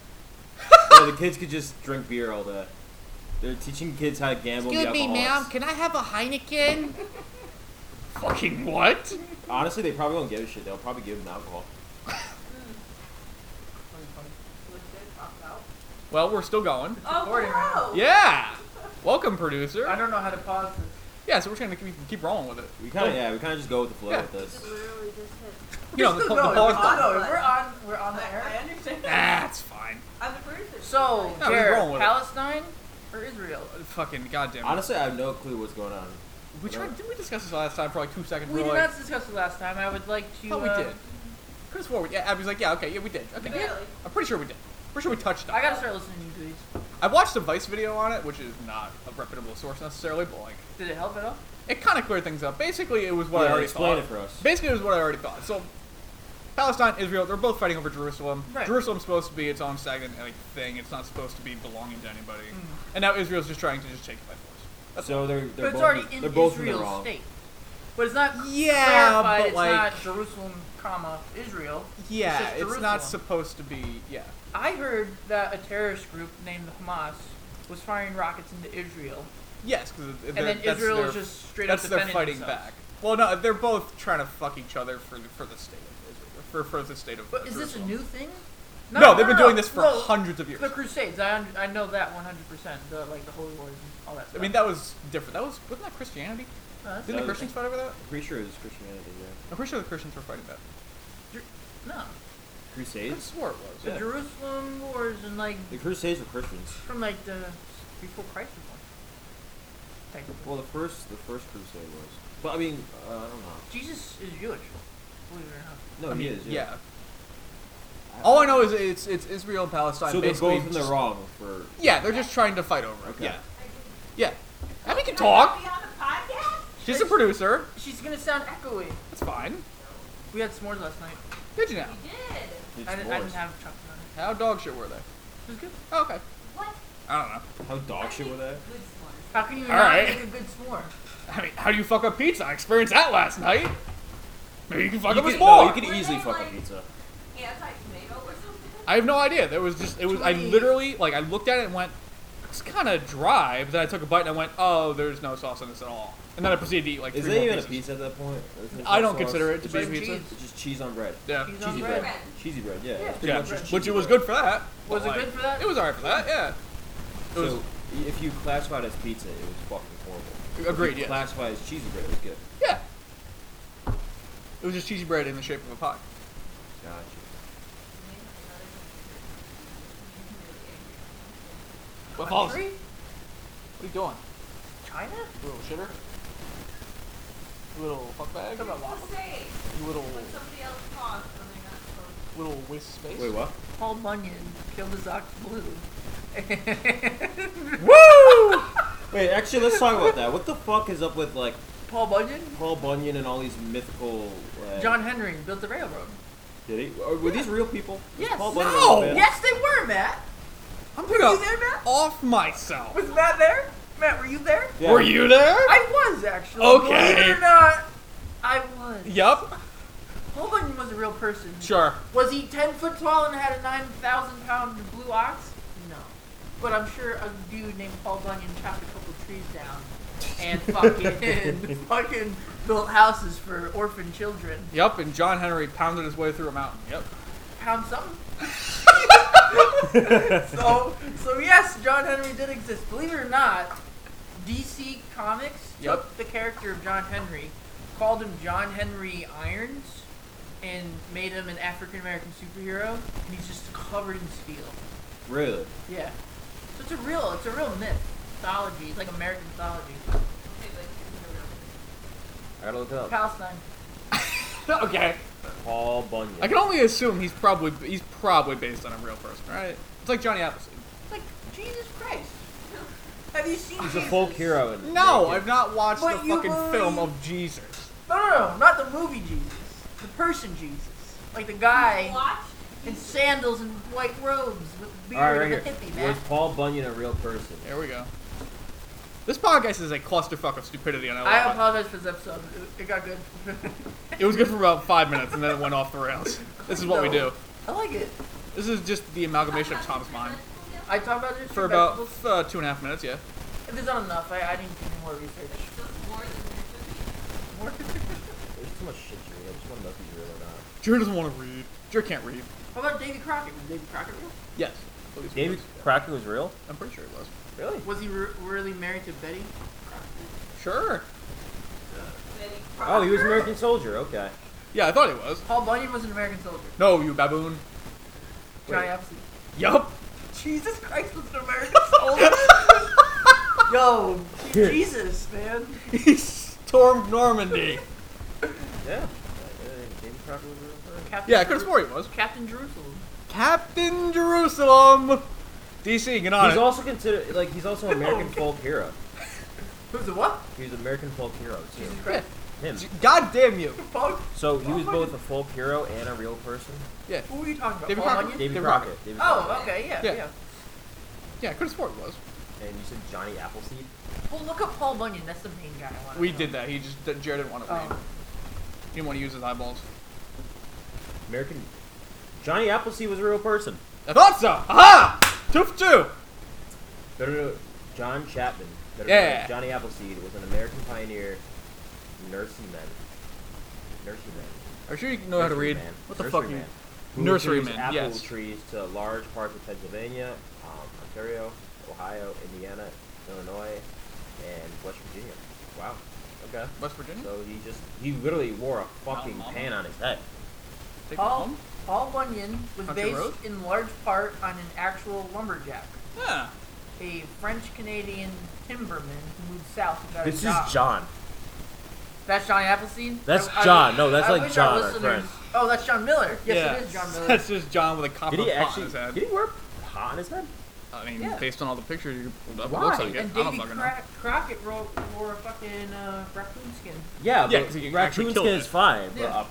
Speaker 1: Yeah, the kids could just drink beer all day. They're teaching kids how to gamble. and be alcoholics.
Speaker 2: Can I have a Heineken? Fucking what?
Speaker 1: Honestly, they probably won't give a shit. They'll probably give them alcohol.
Speaker 2: Well, we're still going.
Speaker 4: Oh,
Speaker 3: recording right now.
Speaker 4: whoa!
Speaker 2: Yeah. Welcome, producer.
Speaker 3: I don't know how to pause this.
Speaker 2: Yeah, so we're just gonna keep, keep rolling with it.
Speaker 1: We kind
Speaker 3: Oh.
Speaker 1: of yeah, we kind of just go with the flow
Speaker 2: Yeah.
Speaker 1: with
Speaker 4: Just
Speaker 1: this.
Speaker 4: literally just hit.
Speaker 2: You know, the,
Speaker 3: Still
Speaker 2: the
Speaker 3: going.
Speaker 2: pause
Speaker 3: We're
Speaker 2: button.
Speaker 3: on, we're on. We're on the
Speaker 4: I
Speaker 3: air.
Speaker 4: understand.
Speaker 2: That's fine.
Speaker 4: I'm the producer.
Speaker 3: So,
Speaker 2: No, we're rolling
Speaker 3: Jared,
Speaker 2: with it.
Speaker 3: Palestine or Israel?
Speaker 2: Fucking goddamn. it.
Speaker 1: Honestly, I have no clue what's going on.
Speaker 2: We tried. Did we discuss this last time for like two seconds?
Speaker 3: We
Speaker 2: We're
Speaker 3: did
Speaker 2: like,
Speaker 3: not discuss it last time. I would like to.
Speaker 2: Oh, we
Speaker 3: uh,
Speaker 2: did. Chris Warwick. Yeah, Abby's like, yeah, okay, yeah, we did. Okay, yeah.
Speaker 4: Really?
Speaker 2: I'm pretty sure we did. Pretty sure we touched on.
Speaker 3: I
Speaker 2: it.
Speaker 3: gotta start listening to these.
Speaker 2: I watched a Vice video on it, which is not a reputable source necessarily, but like,
Speaker 3: Did it help at all?
Speaker 2: it kind of cleared things up. Basically, it was what I
Speaker 1: yeah,
Speaker 2: already
Speaker 1: explain
Speaker 2: thought.
Speaker 1: it for us.
Speaker 2: Basically, it was what I already thought. So, Palestine, Israel, they're both fighting over Jerusalem.
Speaker 3: Right.
Speaker 2: Jerusalem's supposed to be its own stagnant like, thing. It's not supposed to be belonging to anybody.
Speaker 3: Mm.
Speaker 2: And now Israel's just trying to just take it by force.
Speaker 1: So they're
Speaker 3: But
Speaker 1: they're
Speaker 3: it's
Speaker 1: both
Speaker 3: already in
Speaker 1: they're both in the
Speaker 3: Israel's
Speaker 1: wrong.
Speaker 3: state. But it's not
Speaker 2: Yeah,
Speaker 3: clarified.
Speaker 2: but
Speaker 3: it's
Speaker 2: like-
Speaker 3: not Jerusalem, comma Israel.
Speaker 2: Yeah,
Speaker 3: just
Speaker 2: it's, not
Speaker 3: Jerusalem.
Speaker 2: supposed to be. Yeah,
Speaker 3: I heard that a terrorist group named the Hamas was firing rockets into Israel,
Speaker 2: yes, because
Speaker 3: and then Israel is just straight
Speaker 2: that's
Speaker 3: up
Speaker 2: their
Speaker 3: defending
Speaker 2: fighting
Speaker 3: themselves.
Speaker 2: back. Well, no, they're both trying to fuck each other for the- for the state of Israel, for for the state of.
Speaker 3: But is this a
Speaker 2: Jerusalem.
Speaker 3: new thing?
Speaker 2: No, they've been doing this for
Speaker 3: no,
Speaker 2: hundreds of years.
Speaker 3: The Crusades, I, un- I know that 100%. The like the Holy Wars and all that.
Speaker 2: I
Speaker 3: Stuff.
Speaker 2: mean, that was different. That was wasn't that Christianity?
Speaker 3: no, that's-
Speaker 2: Didn't the
Speaker 1: was-
Speaker 2: Christians fight over that?
Speaker 1: Pretty sure it's Christianity. Yeah.
Speaker 2: I'm pretty sure the Christians were fighting that.
Speaker 3: no.
Speaker 2: I
Speaker 1: Crusades.
Speaker 2: swore it was.
Speaker 3: The
Speaker 1: Yeah.
Speaker 3: Jerusalem Wars and like
Speaker 1: The Crusades were Christians.
Speaker 3: from like the before Christ was born. Technically.
Speaker 1: Well, the first the first Crusade was. But I mean, uh, I don't know.
Speaker 3: Jesus is Jewish, believe it or not.
Speaker 1: No,
Speaker 2: I mean,
Speaker 1: he is.
Speaker 2: yeah.
Speaker 1: Yeah.
Speaker 2: All I know is it's it's Israel and Palestine.
Speaker 1: So they're
Speaker 2: basically
Speaker 1: both in the
Speaker 2: just-
Speaker 1: wrong for.
Speaker 2: Yeah, they're just trying to fight over it.
Speaker 1: Okay.
Speaker 2: Yeah, yeah. Abby can
Speaker 4: Can I not
Speaker 2: talk.
Speaker 4: Be on the podcast.
Speaker 2: She's a producer.
Speaker 3: She's gonna sound echoey.
Speaker 2: That's fine.
Speaker 3: We had s'mores last night.
Speaker 2: Did you know?
Speaker 4: We did.
Speaker 1: It's
Speaker 3: I didn't, I didn't
Speaker 1: worse.
Speaker 3: have chocolate on it.
Speaker 2: How dog shit were they?
Speaker 3: It was good.
Speaker 2: Oh, okay.
Speaker 4: What?
Speaker 2: I don't know.
Speaker 1: How dog shit were they?
Speaker 4: Good s'mores.
Speaker 3: How can you
Speaker 2: All
Speaker 3: not
Speaker 2: right.
Speaker 3: make a good s'more?
Speaker 2: I mean, how do you fuck up pizza? I experienced that last night. Maybe you can fuck
Speaker 1: You
Speaker 2: up a
Speaker 1: could-
Speaker 2: s'more.
Speaker 1: No, you could
Speaker 4: Were
Speaker 1: easily
Speaker 4: they
Speaker 1: fuck up
Speaker 4: like-
Speaker 1: pizza.
Speaker 4: Anti-tomato or something?
Speaker 2: I have no idea. There was just it was. I
Speaker 3: Twenty-
Speaker 2: literally like I looked at it and went, it's kind of dry. But then I took a bite and I went, oh, there's no sauce in this at all. And then I proceeded to eat like
Speaker 1: Is
Speaker 2: three
Speaker 1: it
Speaker 2: more
Speaker 1: even a
Speaker 2: pieces.
Speaker 1: pizza at that point? Or is
Speaker 2: I
Speaker 1: just
Speaker 2: don't
Speaker 1: sauce?
Speaker 2: consider it to
Speaker 1: It's
Speaker 2: be a
Speaker 1: just-
Speaker 2: pizza.
Speaker 3: cheese.
Speaker 1: It's just cheese on bread.
Speaker 2: Yeah.
Speaker 3: Cheese on
Speaker 1: Cheesy
Speaker 3: bread.
Speaker 1: bread. Cheesy bread, yeah.
Speaker 3: Yeah.
Speaker 1: it's pretty
Speaker 2: Yeah,
Speaker 1: much just
Speaker 2: which
Speaker 1: cheesy
Speaker 2: it was
Speaker 1: bread.
Speaker 2: good for that.
Speaker 3: Was
Speaker 2: but,
Speaker 3: it
Speaker 2: like,
Speaker 3: good for that?
Speaker 2: It was alright for that. Yeah. It was
Speaker 1: So, i- if you classify it as pizza, it was fucking horrible.
Speaker 2: agreed.
Speaker 1: If you
Speaker 2: Yeah.
Speaker 1: classify it as cheesy bread, it was good.
Speaker 2: Yeah. It was just cheesy bread in the shape of a pie.
Speaker 1: Gotcha.
Speaker 2: What balls? What
Speaker 3: Country?
Speaker 2: are you doing?
Speaker 3: China?
Speaker 2: You little shitter. You little fuckbag.
Speaker 3: Come on,
Speaker 4: What's saying?
Speaker 2: You little
Speaker 4: When somebody else talks when they're not supposed to.
Speaker 2: little waste space.
Speaker 1: Wait, what?
Speaker 3: Paul Bunyan killed his ox blue.
Speaker 2: Woo!
Speaker 1: Wait, actually, let's talk about that. What the fuck is up with like
Speaker 3: Paul Bunyan?
Speaker 1: Paul Bunyan and all these mythical? Like,
Speaker 3: John Henry built the railroad.
Speaker 1: Did he? Or, were these real people? Was
Speaker 3: Yes.
Speaker 1: Paul Bunyan
Speaker 2: No!
Speaker 1: a man?
Speaker 3: Yes, they were, Matt.
Speaker 2: I'm
Speaker 3: Were
Speaker 2: gonna
Speaker 3: you there, Matt?
Speaker 2: off myself.
Speaker 3: Was Matt there? Matt, were you there?
Speaker 1: Yeah.
Speaker 2: Were you there?
Speaker 3: I was actually.
Speaker 2: Okay.
Speaker 3: Believe it or not, I was.
Speaker 2: Yup.
Speaker 3: Paul Bunyan was a real person.
Speaker 2: Sure.
Speaker 3: Was he ten foot tall and had a nine thousand pound blue ox? No. But I'm sure a dude named Paul Bunyan chopped a couple trees down and fucking fucking built houses for orphan children.
Speaker 2: Yup. And John Henry pounded his way through a mountain. Yup.
Speaker 3: Pound something. so so yes, John Henry did exist. Believe it or not, DC Comics
Speaker 2: Yep.
Speaker 3: took the character of John Henry, called him John Henry Irons, and made him an African American superhero, and he's just covered in steel.
Speaker 1: Really?
Speaker 3: Yeah. So it's a real it's a real myth. Mythology. It's like American mythology.
Speaker 4: Okay, like, you know,
Speaker 1: I gotta look it up.
Speaker 3: Palestine.
Speaker 2: okay.
Speaker 1: Paul Bunyan.
Speaker 2: I can only assume he's probably he's probably based on a real person, right? It's like Johnny Appleseed.
Speaker 3: Like Jesus Christ. Have you seen
Speaker 1: He's a
Speaker 3: Jesus?
Speaker 1: folk hero. And
Speaker 2: No,
Speaker 1: naked.
Speaker 2: I've not watched
Speaker 3: But
Speaker 2: the
Speaker 3: you
Speaker 2: fucking film
Speaker 3: believe-
Speaker 2: of Jesus.
Speaker 3: No, no, no, not the movie Jesus. The person Jesus. Like the guy.
Speaker 4: Watched
Speaker 3: in sandals and white robes with beard
Speaker 1: All right,
Speaker 3: and
Speaker 1: right
Speaker 3: a hippie
Speaker 1: here. Was
Speaker 3: man.
Speaker 1: Paul Bunyan a real person?
Speaker 2: There we go. This podcast is a clusterfuck of stupidity, and I love
Speaker 3: I
Speaker 2: it.
Speaker 3: apologize for this episode. It, it got good.
Speaker 2: It was good for about five minutes, and then it went off the rails. This is what we do.
Speaker 3: No. I like it.
Speaker 2: This is just the amalgamation of Tom's mind
Speaker 3: I talked about this
Speaker 2: for about uh, two and a half minutes. Yeah.
Speaker 3: If it's not enough, I, I need to do more research. More
Speaker 1: There's too much shit to read. I just want to know if he's real or not.
Speaker 2: Jared doesn't want to read. Jared can't read.
Speaker 3: How about Davy Crockett? Was Davy Crockett real?
Speaker 2: Yes. At least
Speaker 1: David
Speaker 2: once.
Speaker 1: Crockett was real.
Speaker 2: I'm pretty sure he was.
Speaker 1: Really?
Speaker 3: Was he re- really married to Betty?
Speaker 2: Sure.
Speaker 1: Oh, he was an American soldier. Okay.
Speaker 2: Yeah, I thought he was.
Speaker 3: Paul Bunyan was an American soldier.
Speaker 2: No, you baboon.
Speaker 3: Johnny
Speaker 1: Wait.
Speaker 3: Appleseed.
Speaker 2: Yup.
Speaker 3: Jesus Christ was an American soldier. Yo, Jesus, man.
Speaker 2: He stormed Normandy.
Speaker 1: Yeah. Uh, David Crockett was a real person.
Speaker 3: Captain
Speaker 2: Yeah, I could have
Speaker 3: Jeru-
Speaker 2: swore he was.
Speaker 3: Captain Jerusalem.
Speaker 2: Captain Jerusalem. DC, get on
Speaker 1: He's
Speaker 2: it.
Speaker 1: also considered like he's also an American folk hero.
Speaker 3: Who's the what?
Speaker 1: He's an American folk hero
Speaker 3: Jesus
Speaker 1: too.
Speaker 3: Christ.
Speaker 1: Him.
Speaker 2: God damn you.
Speaker 3: Paul,
Speaker 1: So he was both a folk hero and a real person.
Speaker 2: Yeah.
Speaker 3: who are you talking about?
Speaker 2: David
Speaker 3: Paul
Speaker 2: Crockett.
Speaker 3: Bunyan?
Speaker 1: David
Speaker 2: David
Speaker 1: Crockett.
Speaker 2: Crockett.
Speaker 1: David
Speaker 3: Oh,
Speaker 1: Crockett.
Speaker 3: okay, yeah,
Speaker 2: Yeah.
Speaker 3: yeah.
Speaker 2: Yeah, I could have swore he was.
Speaker 1: And you said Johnny Appleseed.
Speaker 3: Well, look up Paul Bunyan. That's the main guy I want.
Speaker 2: We did that. He just that Jared didn't want to read.
Speaker 3: Oh.
Speaker 2: He didn't want to use his eyeballs.
Speaker 1: American. Johnny Appleseed was a real person.
Speaker 2: I thought so. Aha! Two for two.
Speaker 1: Better know John Chapman. Better known
Speaker 2: Yeah.
Speaker 1: as Johnny Appleseed was an American pioneer, nurseryman. Nurseryman.
Speaker 2: Are you sure you know how to read?
Speaker 1: Nurseryman.
Speaker 2: What the
Speaker 1: Nurseryman.
Speaker 2: fuck? Are you...
Speaker 1: Who
Speaker 2: Nurseryman,
Speaker 1: introduced apple
Speaker 2: yes.
Speaker 1: trees to large parts of Pennsylvania, um, Ontario, Ohio, Indiana, Illinois, and West Virginia. Wow. Okay.
Speaker 2: West Virginia.
Speaker 1: So he just he literally wore a fucking
Speaker 2: Mama.
Speaker 1: pan on his head.
Speaker 2: Take me
Speaker 3: Paul,
Speaker 2: home.
Speaker 3: Paul Bunyan was
Speaker 2: Country
Speaker 3: based
Speaker 2: road?
Speaker 3: in large part on an actual lumberjack,
Speaker 2: Yeah.
Speaker 3: a French Canadian timberman who moved south without
Speaker 1: This
Speaker 3: a job.
Speaker 1: is John.
Speaker 3: That's Johnny Appleseed.
Speaker 1: That's
Speaker 3: I- I-
Speaker 1: John. No, that's
Speaker 3: I
Speaker 1: like
Speaker 3: wish our
Speaker 1: John, our
Speaker 3: listeners-
Speaker 1: friend.
Speaker 3: Oh, that's John Miller. Yes,
Speaker 2: yeah.
Speaker 3: it is John Miller.
Speaker 2: That's just John with a copper
Speaker 1: Did he
Speaker 2: pot
Speaker 1: actually?
Speaker 2: in his head.
Speaker 1: Did he wear pot on his head?
Speaker 2: I mean,
Speaker 3: Yeah.
Speaker 2: based on all the pictures you pulled up, it
Speaker 1: Why?
Speaker 2: looks like it.
Speaker 3: and
Speaker 2: I don't
Speaker 3: Davy
Speaker 2: fucking know.
Speaker 3: Cra- Crockett wore, wore a fucking uh, raccoon skin.
Speaker 1: Yeah,
Speaker 2: Yeah, 'cause
Speaker 1: but
Speaker 2: he actually
Speaker 1: raccoon
Speaker 2: killed
Speaker 1: skin is
Speaker 2: it.
Speaker 1: fine. But
Speaker 3: Yeah.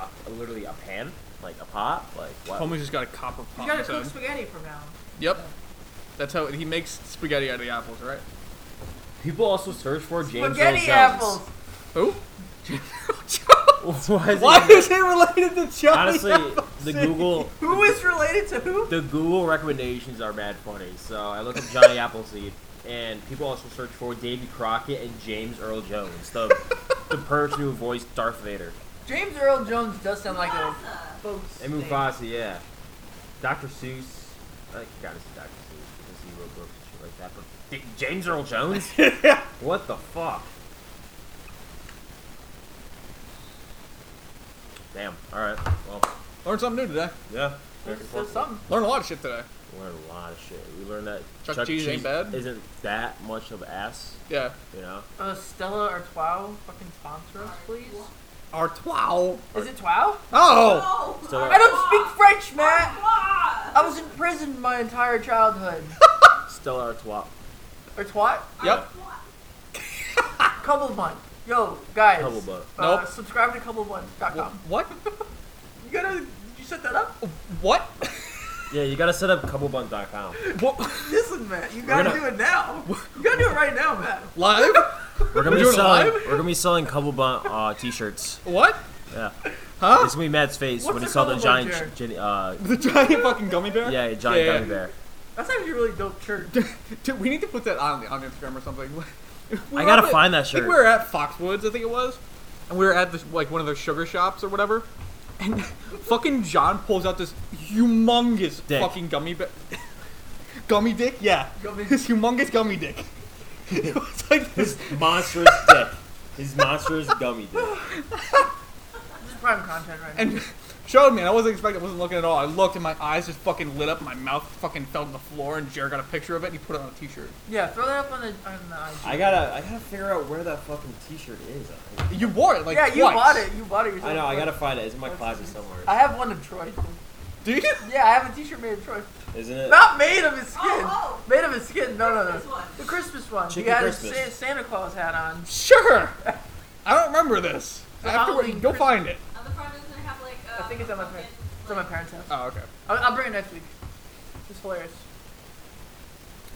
Speaker 1: a, a, literally a pan, like a pot, like what?
Speaker 2: Homie's just got a copper
Speaker 3: You
Speaker 2: pot. in
Speaker 3: gotta
Speaker 2: his
Speaker 3: cook
Speaker 2: head.
Speaker 3: spaghetti from now. on.
Speaker 2: Yep. That's how he makes spaghetti out of the apples, right?
Speaker 1: People also search for James Earl
Speaker 3: Spaghetti
Speaker 1: Jones.
Speaker 3: apples.
Speaker 2: Who? James Earl Jones.
Speaker 1: Why is
Speaker 2: Why
Speaker 1: it?
Speaker 2: is it related to Johnny?
Speaker 1: Honestly, the
Speaker 2: Appleseed?
Speaker 1: Google
Speaker 3: Who is related to who?
Speaker 1: the Google recommendations are mad funny. So I look up Johnny Appleseed, and people also search for Davy Crockett and James Earl Jones, the the person who voiced Darth Vader
Speaker 3: James Earl Jones does sound like a folks.
Speaker 1: and Mufasa. Yeah, Dr. Seuss. I forgot it's Dr. Seuss because he wrote books and shit like that. But D- James Earl Jones? what the fuck? Damn. All right. Well,
Speaker 2: Learn something new today.
Speaker 1: yeah.
Speaker 3: There's still something.
Speaker 2: Learn a lot of shit today.
Speaker 1: We learned a lot of shit. We learned that
Speaker 2: Chuck E. Cheese ain't bad.
Speaker 1: isn't that much of ass,
Speaker 2: Yeah.
Speaker 1: you know?
Speaker 3: Uh, Stella or Twao, fucking sponsor us, please.
Speaker 2: Our twow.
Speaker 3: Is it Twao?
Speaker 2: Oh!
Speaker 4: Oh,
Speaker 1: So-
Speaker 4: I
Speaker 3: I don't speak French, Matt.
Speaker 4: Matt.
Speaker 3: I was in prison my entire childhood.
Speaker 1: Stella Artois.
Speaker 3: or twat?
Speaker 2: Yep.
Speaker 3: Couple Bun. Yo, guys.
Speaker 1: Couple Bun.
Speaker 3: Uh,
Speaker 2: Nope.
Speaker 3: Subscribe to couplebun.com.
Speaker 2: What?
Speaker 3: You gotta. Did you set that up?
Speaker 2: What?
Speaker 1: Yeah, you gotta set up couplebun.com.
Speaker 2: what?
Speaker 3: Listen, Matt. You gotta
Speaker 1: gonna-
Speaker 3: do it now. You gotta do it right now, Matt.
Speaker 2: Live?
Speaker 1: We're gonna be
Speaker 2: doing it
Speaker 1: selling
Speaker 2: live?
Speaker 1: we're gonna be selling couplebun uh, t-shirts.
Speaker 2: What?
Speaker 1: Yeah.
Speaker 2: Huh?
Speaker 1: It's gonna be Matt's face
Speaker 3: What's
Speaker 1: when he
Speaker 3: a
Speaker 1: saw the
Speaker 3: Couplebun
Speaker 1: giant
Speaker 3: shirt?
Speaker 1: Jenny, uh
Speaker 2: The giant fucking gummy bear?
Speaker 1: yeah, giant
Speaker 2: Yeah, yeah.
Speaker 1: gummy bear.
Speaker 3: That's actually a really dope shirt.
Speaker 2: Dude, we need to put that on on Instagram or something. We
Speaker 1: I
Speaker 2: were
Speaker 1: gotta
Speaker 2: up at-
Speaker 1: find that
Speaker 2: I think
Speaker 1: shirt.
Speaker 2: we were at Foxwoods, I think it was, and we were at this like one of their sugar shops or whatever, and fucking John pulls out this humongous
Speaker 1: Dick.
Speaker 2: fucking gummy bear. gummy dick, yeah.
Speaker 3: Gummy-
Speaker 2: This humongous gummy dick. it was like this.
Speaker 1: monstrous dick. His monstrous gummy dick.
Speaker 3: This is prime content right now.
Speaker 2: and showed me. And I wasn't expecting. I wasn't looking at all. I looked, and my eyes just fucking lit up. and My mouth fucking fell to the floor. And Jared got a picture of it. and He put it on a t-shirt.
Speaker 3: yeah, throw that up on the on the IG.
Speaker 1: I gotta I gotta figure out where that fucking t-shirt is. I,
Speaker 2: You wore it like
Speaker 3: yeah, you
Speaker 2: twice.
Speaker 3: bought it. You bought it yourself.
Speaker 1: I know, I gotta find it. It's in my closet somewhere.
Speaker 3: I have one of Troy.
Speaker 2: Do you?
Speaker 3: Yeah, I have a T-shirt made of Troy.
Speaker 1: Isn't it?
Speaker 3: Not made of his skin.
Speaker 4: Oh, oh.
Speaker 3: Made of his skin. No, no, no.
Speaker 4: Christmas one.
Speaker 3: The Christmas one. he
Speaker 1: Chicken
Speaker 3: had
Speaker 1: Christmas.
Speaker 3: his Sa- Santa Claus hat on.
Speaker 2: Sure. I don't remember this.
Speaker 3: The
Speaker 2: Afterward,
Speaker 3: Halloween
Speaker 2: go
Speaker 3: Christmas-
Speaker 2: find it.
Speaker 4: On the front, it's gonna have like.
Speaker 3: I
Speaker 4: um,
Speaker 3: think it's on my parents.
Speaker 4: pumpkin,
Speaker 3: It's on my
Speaker 4: like,
Speaker 3: parents' house.
Speaker 2: Oh, okay.
Speaker 3: I'll, I'll bring it next week. It's hilarious.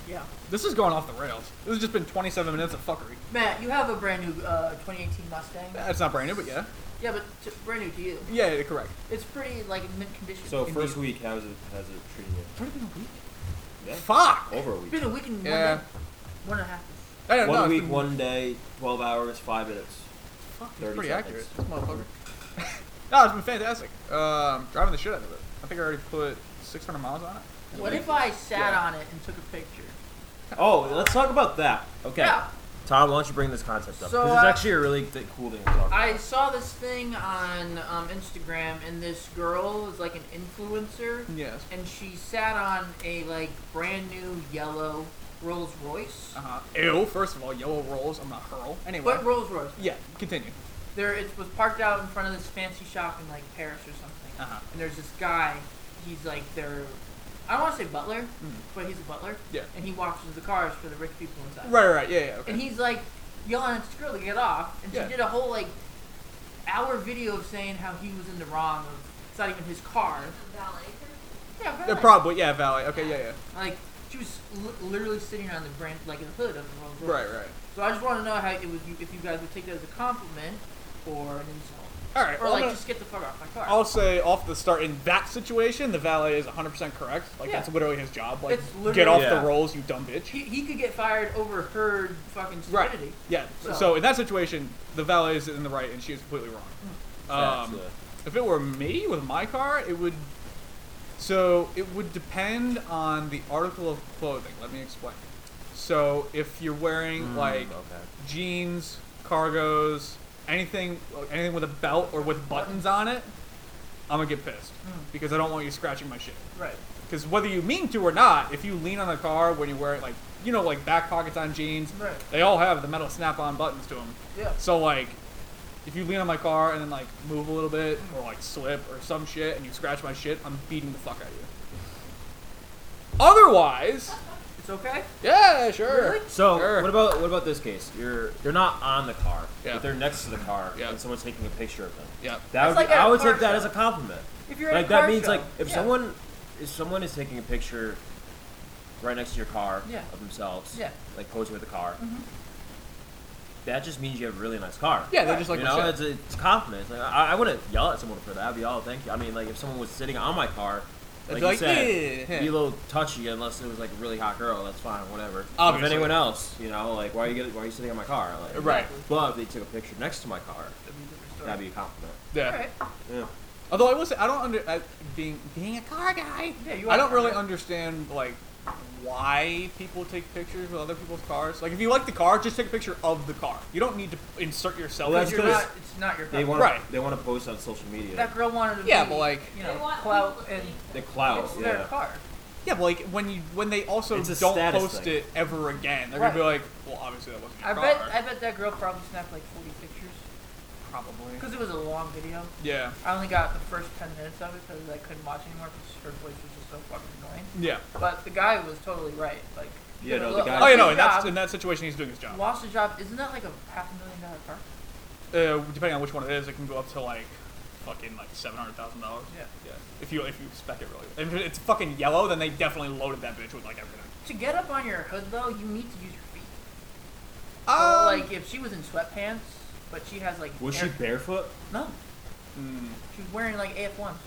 Speaker 3: Yeah,
Speaker 2: This is going off the rails. This has just been 27 minutes of fuckery.
Speaker 3: Matt, you have a brand new uh, 2018 Mustang.
Speaker 2: That's not brand new, but yeah.
Speaker 3: Yeah, but t- brand new to you.
Speaker 2: Yeah, yeah, correct.
Speaker 3: It's pretty like mint condition.
Speaker 1: So
Speaker 2: Indeed.
Speaker 1: first week, how's it how's it treating you?
Speaker 2: It's already been a week.
Speaker 1: Yeah.
Speaker 2: Fuck.
Speaker 1: Over a
Speaker 3: it's
Speaker 1: week.
Speaker 3: been a week and
Speaker 2: Yeah.
Speaker 3: one, day, one and a half.
Speaker 2: I don't know,
Speaker 1: One
Speaker 2: it's
Speaker 1: week,
Speaker 2: been-
Speaker 1: one day, twelve hours, five minutes.
Speaker 2: Fuck, it's
Speaker 1: 30
Speaker 2: pretty
Speaker 1: seconds.
Speaker 2: accurate, this motherfucker. no, it's been fantastic. Um, driving the shit out of it. I think I already put 600 miles on it.
Speaker 3: What if I sat
Speaker 2: Yeah.
Speaker 3: on it and took a picture?
Speaker 1: Oh, let's talk about that. Okay.
Speaker 3: Yeah.
Speaker 1: Tom, why don't you bring this concept up? Because
Speaker 3: So,
Speaker 1: it's
Speaker 3: uh,
Speaker 1: actually a really th- cool thing to talk about.
Speaker 3: I saw this thing on um, Instagram, and this girl is like an influencer,
Speaker 2: Yes.
Speaker 3: and she sat on a like brand new yellow Rolls Royce.
Speaker 2: Uh-huh. Ew, first of all, yellow rolls. I'm not hurl. Anyway.
Speaker 3: What Rolls Royce?
Speaker 2: yeah, continue.
Speaker 3: There, it was parked out in front of this fancy shop in like Paris or something.
Speaker 2: Uh-huh.
Speaker 3: And there's this guy. He's like their, I don't want to say butler, but he's a butler.
Speaker 2: Yeah.
Speaker 3: And he watches the cars for the rich people inside.
Speaker 2: Right, right, right. Yeah, yeah, okay.
Speaker 3: And he's like yelling at this girl to get off, and
Speaker 2: Yeah.
Speaker 3: she did a whole like hour video of saying how he was in the wrong. Of, it's not even his car.
Speaker 4: the valet.
Speaker 3: Yeah, very
Speaker 2: They're
Speaker 3: nice.
Speaker 2: probably, yeah, Valley. Okay, yeah, yeah.
Speaker 3: Like she was li- literally sitting on the brand, like in the hood of the Rolls Royce.
Speaker 2: Right, right.
Speaker 3: So I just want to know how it was. You, if you guys would take that as a compliment or an insult,
Speaker 2: All right. well,
Speaker 3: or
Speaker 2: I'm
Speaker 3: like
Speaker 2: gonna-
Speaker 3: just get the fuck off my car.
Speaker 2: I'll say off the start in that situation, the valet is 100% correct. Like
Speaker 3: Yeah.
Speaker 2: that's literally his job. Like
Speaker 3: It's literally-
Speaker 2: get off
Speaker 1: Yeah.
Speaker 2: the rolls, you dumb bitch.
Speaker 3: he, he could get fired over her fucking
Speaker 2: Right.
Speaker 3: stupidity.
Speaker 2: Yeah.
Speaker 3: So-
Speaker 2: So. in that situation, the valet is in the right and she is completely wrong.
Speaker 1: Facts,
Speaker 2: Um,
Speaker 1: yeah.
Speaker 2: If it were me with my car, it would. So it would depend on the article of clothing. Let me explain. So if you're wearing like
Speaker 1: okay.
Speaker 2: jeans, cargos, anything, anything with a belt or with buttons on it, I'm gonna get pissed because I don't want you scratching my shit.
Speaker 3: Right.
Speaker 2: Because whether you mean to or not, if you lean on a car when you wear it, like you know, like back pockets on jeans,
Speaker 3: Right.
Speaker 2: they all have the metal snap-on buttons to them.
Speaker 3: Yeah.
Speaker 2: So like, if you lean on my car and then like move a little bit or like slip or some shit and you scratch my shit, I'm beating the fuck out of you. Otherwise,
Speaker 3: It's okay.
Speaker 2: yeah, sure.
Speaker 3: Really?
Speaker 1: So
Speaker 2: Sure.
Speaker 1: what about what about this case? You're you're not on the car,
Speaker 2: Yeah.
Speaker 1: but they're next to the car,
Speaker 2: Yeah.
Speaker 1: and someone's taking a picture of them.
Speaker 2: Yeah.
Speaker 1: That
Speaker 3: That's
Speaker 1: would be,
Speaker 3: like at
Speaker 1: I
Speaker 3: a
Speaker 1: would
Speaker 3: car
Speaker 1: take that
Speaker 3: show.
Speaker 1: as a compliment.
Speaker 3: If you're at
Speaker 1: Like
Speaker 3: a
Speaker 1: that
Speaker 3: car
Speaker 1: means
Speaker 3: show,
Speaker 1: like if
Speaker 3: yeah.
Speaker 1: someone if someone is taking a picture right next to your car
Speaker 3: Yeah.
Speaker 1: of themselves,
Speaker 3: Yeah. Mm-hmm.
Speaker 1: like posing with the car, that just means you have a really nice car.
Speaker 2: Yeah, they're just like,
Speaker 1: you
Speaker 2: "Well,
Speaker 1: know,
Speaker 2: shit."
Speaker 1: it's, it's confidence. Like, I, I wouldn't yell at someone for that. I'd be all thank you. I mean, like if someone was sitting on my car,
Speaker 2: They'd
Speaker 1: like
Speaker 2: be
Speaker 1: you
Speaker 2: like,
Speaker 1: said,
Speaker 2: "Yeah."
Speaker 1: be a little touchy unless it was like a really hot girl. That's fine, whatever. But If
Speaker 2: Obviously.
Speaker 1: anyone else, you know, like why are you get, why are you sitting on my car? Like,
Speaker 2: Right.
Speaker 1: But if they took a picture next to my car, that'd be a compliment.
Speaker 2: Yeah.
Speaker 3: Alright.
Speaker 1: Yeah.
Speaker 2: Although I will say, I don't under I, being being a car guy.
Speaker 3: Yeah, you
Speaker 2: I
Speaker 3: are a
Speaker 2: don't
Speaker 3: car
Speaker 2: really
Speaker 3: guy.
Speaker 2: understand like why people take pictures with other people's cars. Like if you like the car, just take a picture of the car. You don't need to insert yourself.
Speaker 1: Well,
Speaker 3: Because
Speaker 1: that's
Speaker 3: you're
Speaker 1: 'cause
Speaker 3: not, it's not your
Speaker 1: They
Speaker 3: fault.
Speaker 1: want
Speaker 2: Right.
Speaker 1: to they want to post on social media.
Speaker 3: That girl wanted to
Speaker 2: Yeah,
Speaker 3: be,
Speaker 2: but, like-
Speaker 3: you
Speaker 4: They
Speaker 3: know,
Speaker 4: want
Speaker 3: clout
Speaker 4: people to
Speaker 3: and
Speaker 4: think
Speaker 1: the clout.
Speaker 3: it's
Speaker 1: Oh, Yeah.
Speaker 3: their car.
Speaker 2: Yeah, but like when you when they also
Speaker 1: It's a
Speaker 2: don't
Speaker 1: status
Speaker 2: post
Speaker 1: thing.
Speaker 2: it ever again, they're gonna be like, well, obviously that wasn't your
Speaker 3: I
Speaker 2: car.
Speaker 3: bet I bet that girl probably snapped like 40 pictures
Speaker 2: Probably.
Speaker 3: because it was a long video.
Speaker 2: Yeah.
Speaker 3: I only got the first 10 minutes of it because I couldn't watch anymore because her voice was just so fucking annoying.
Speaker 2: Yeah.
Speaker 3: But the guy was totally right. Like,
Speaker 1: Yeah,
Speaker 3: you know,
Speaker 1: no, the
Speaker 3: look,
Speaker 1: guy-
Speaker 2: Oh,
Speaker 3: lost
Speaker 2: you know,
Speaker 3: his
Speaker 2: in that,
Speaker 3: job-
Speaker 2: in that situation, he's doing his job.
Speaker 3: lost his job. Isn't that like a half a million dollar car?
Speaker 2: Uh, depending on which one it is, it can go up to like fucking like seven hundred thousand dollars.
Speaker 3: Yeah.
Speaker 2: Yeah. If you if you spec it really, if it's fucking yellow, then they definitely loaded that bitch with like everything.
Speaker 3: To get up on your hood though, you need to use your feet. So,
Speaker 2: Um,
Speaker 3: like if she was in sweatpants, but she has like
Speaker 1: Was she hmm.
Speaker 3: air-
Speaker 1: barefoot?
Speaker 3: no,
Speaker 2: mm,
Speaker 3: she was wearing like AF ones.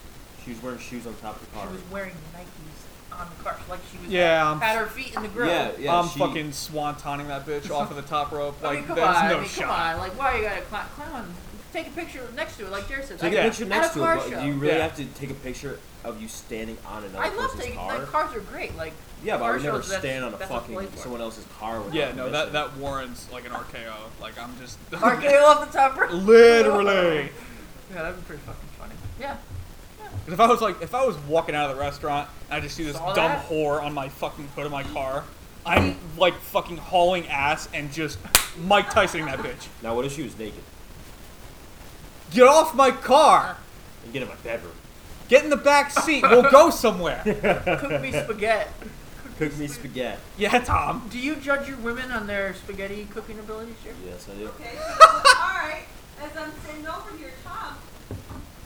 Speaker 1: She was wearing shoes on top of the car.
Speaker 3: She was wearing Nikes on the car, like she was
Speaker 2: Yeah, I'm-
Speaker 3: had her feet in the grill.
Speaker 1: yeah, yeah.
Speaker 2: I'm
Speaker 1: she-
Speaker 2: fucking swantoning that bitch off of the top rope.
Speaker 3: I
Speaker 2: Like
Speaker 3: mean, come
Speaker 2: there's
Speaker 3: on,
Speaker 2: no
Speaker 3: I mean,
Speaker 2: shot.
Speaker 3: come on. Like, why you gotta climb? climb on, take a picture next to it, like Jared said.
Speaker 1: Take
Speaker 2: Yeah.
Speaker 1: a picture next
Speaker 3: a
Speaker 1: to
Speaker 3: car
Speaker 1: it. but
Speaker 3: show.
Speaker 1: You really
Speaker 2: Yeah.
Speaker 1: have to take a picture of you standing on another
Speaker 3: I love
Speaker 1: person's
Speaker 3: taking.
Speaker 1: car.
Speaker 3: Like, cars are great. Like,
Speaker 1: Yeah, but I
Speaker 3: car
Speaker 1: would never
Speaker 3: shows, that's-
Speaker 1: stand on a
Speaker 3: that's
Speaker 1: fucking
Speaker 3: place for it.
Speaker 1: someone else's car. without
Speaker 2: Yeah, no, that
Speaker 1: permission.
Speaker 2: that warrants like an RKO. Like I'm just
Speaker 3: RKO off the top rope.
Speaker 2: literally.
Speaker 3: Yeah, that'd be pretty fucking funny. Yeah.
Speaker 2: 'Cause if I was like, if I was walking out of the restaurant and I just see this
Speaker 3: Saw
Speaker 2: dumb
Speaker 3: that?
Speaker 2: whore on my fucking hood of my car, I'm like fucking hauling ass and just Mike Tysoning that bitch.
Speaker 1: Now, what if she was naked
Speaker 2: Get off my car.
Speaker 1: and get in my bedroom?
Speaker 2: Get in the back seat. We'll go somewhere.
Speaker 3: Cook me spaghetti.
Speaker 1: Cook me spaghetti.
Speaker 2: Yeah, Tom.
Speaker 3: Do you judge your women on their spaghetti cooking abilities, Jared?
Speaker 1: Yes, I do.
Speaker 4: Okay, alright. As I'm sitting over here, Tom,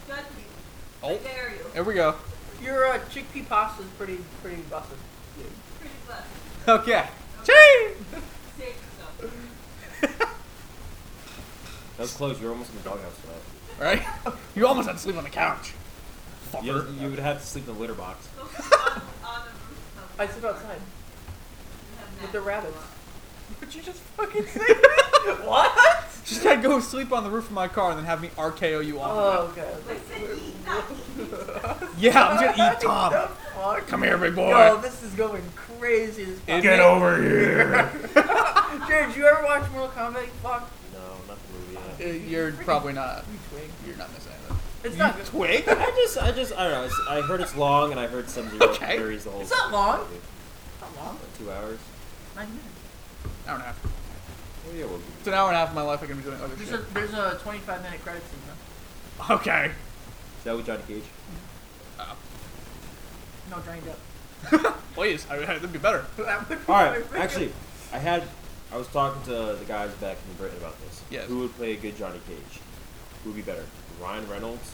Speaker 4: judge me. I
Speaker 2: Oh,
Speaker 4: dare you.
Speaker 2: there we go.
Speaker 3: Your uh, chickpea pasta is pretty pretty busted.
Speaker 4: Pretty good.
Speaker 2: Okay. Chee!
Speaker 4: Save yourself.
Speaker 1: That was close. You're almost in the doghouse for that.
Speaker 2: Right? You almost had to sleep on the couch. Fucker.
Speaker 1: You, would- you would have to sleep in the litter box.
Speaker 4: Go on, on the rooftop.
Speaker 3: I sit outside
Speaker 4: and have
Speaker 3: with the
Speaker 4: Matt
Speaker 3: rabbits.
Speaker 4: go up.
Speaker 3: But you just fucking say that? What?
Speaker 2: She said go sleep on the roof of my car and then have me RKO you off.
Speaker 3: Oh god.
Speaker 4: I said eat, not eat.
Speaker 2: of it. Yeah, I'm gonna eat Tom.
Speaker 3: Fuck.
Speaker 2: Come here, big boy.
Speaker 3: Yo, this is going crazy. This
Speaker 2: It-
Speaker 3: podcast.
Speaker 2: over
Speaker 3: Jared, did you ever watch Mortal Kombat? Fuck.
Speaker 1: No, not the movie. yeah.
Speaker 2: here. You're probably not.
Speaker 3: You twig.
Speaker 2: You're not missing anything.
Speaker 3: It's
Speaker 2: You
Speaker 3: not good.
Speaker 2: twig?
Speaker 1: I just, I just, I don't know. It's, I heard it's long, and I heard some zero
Speaker 2: Okay.
Speaker 1: theories the whole.
Speaker 3: It's not long.
Speaker 1: movie.
Speaker 3: How long?
Speaker 1: Like two hours.
Speaker 3: Nine minutes.
Speaker 2: Hour and a half.
Speaker 1: Oh, yeah, we'll be-
Speaker 2: It's an hour and a half of my life I can be doing other
Speaker 3: There's
Speaker 2: shit.
Speaker 3: a there's a 25 minute credit scene though.
Speaker 2: Okay.
Speaker 1: Is that with Johnny Cage?
Speaker 3: No, Johnny Depp.
Speaker 2: Please, I, that'd be better.
Speaker 3: That would be
Speaker 1: All right.
Speaker 3: my freaking-
Speaker 1: Actually, I had, I was talking to the guys back in Britain about this.
Speaker 2: Yes.
Speaker 1: Who would play a good Johnny Cage? Who would be better, Ryan Reynolds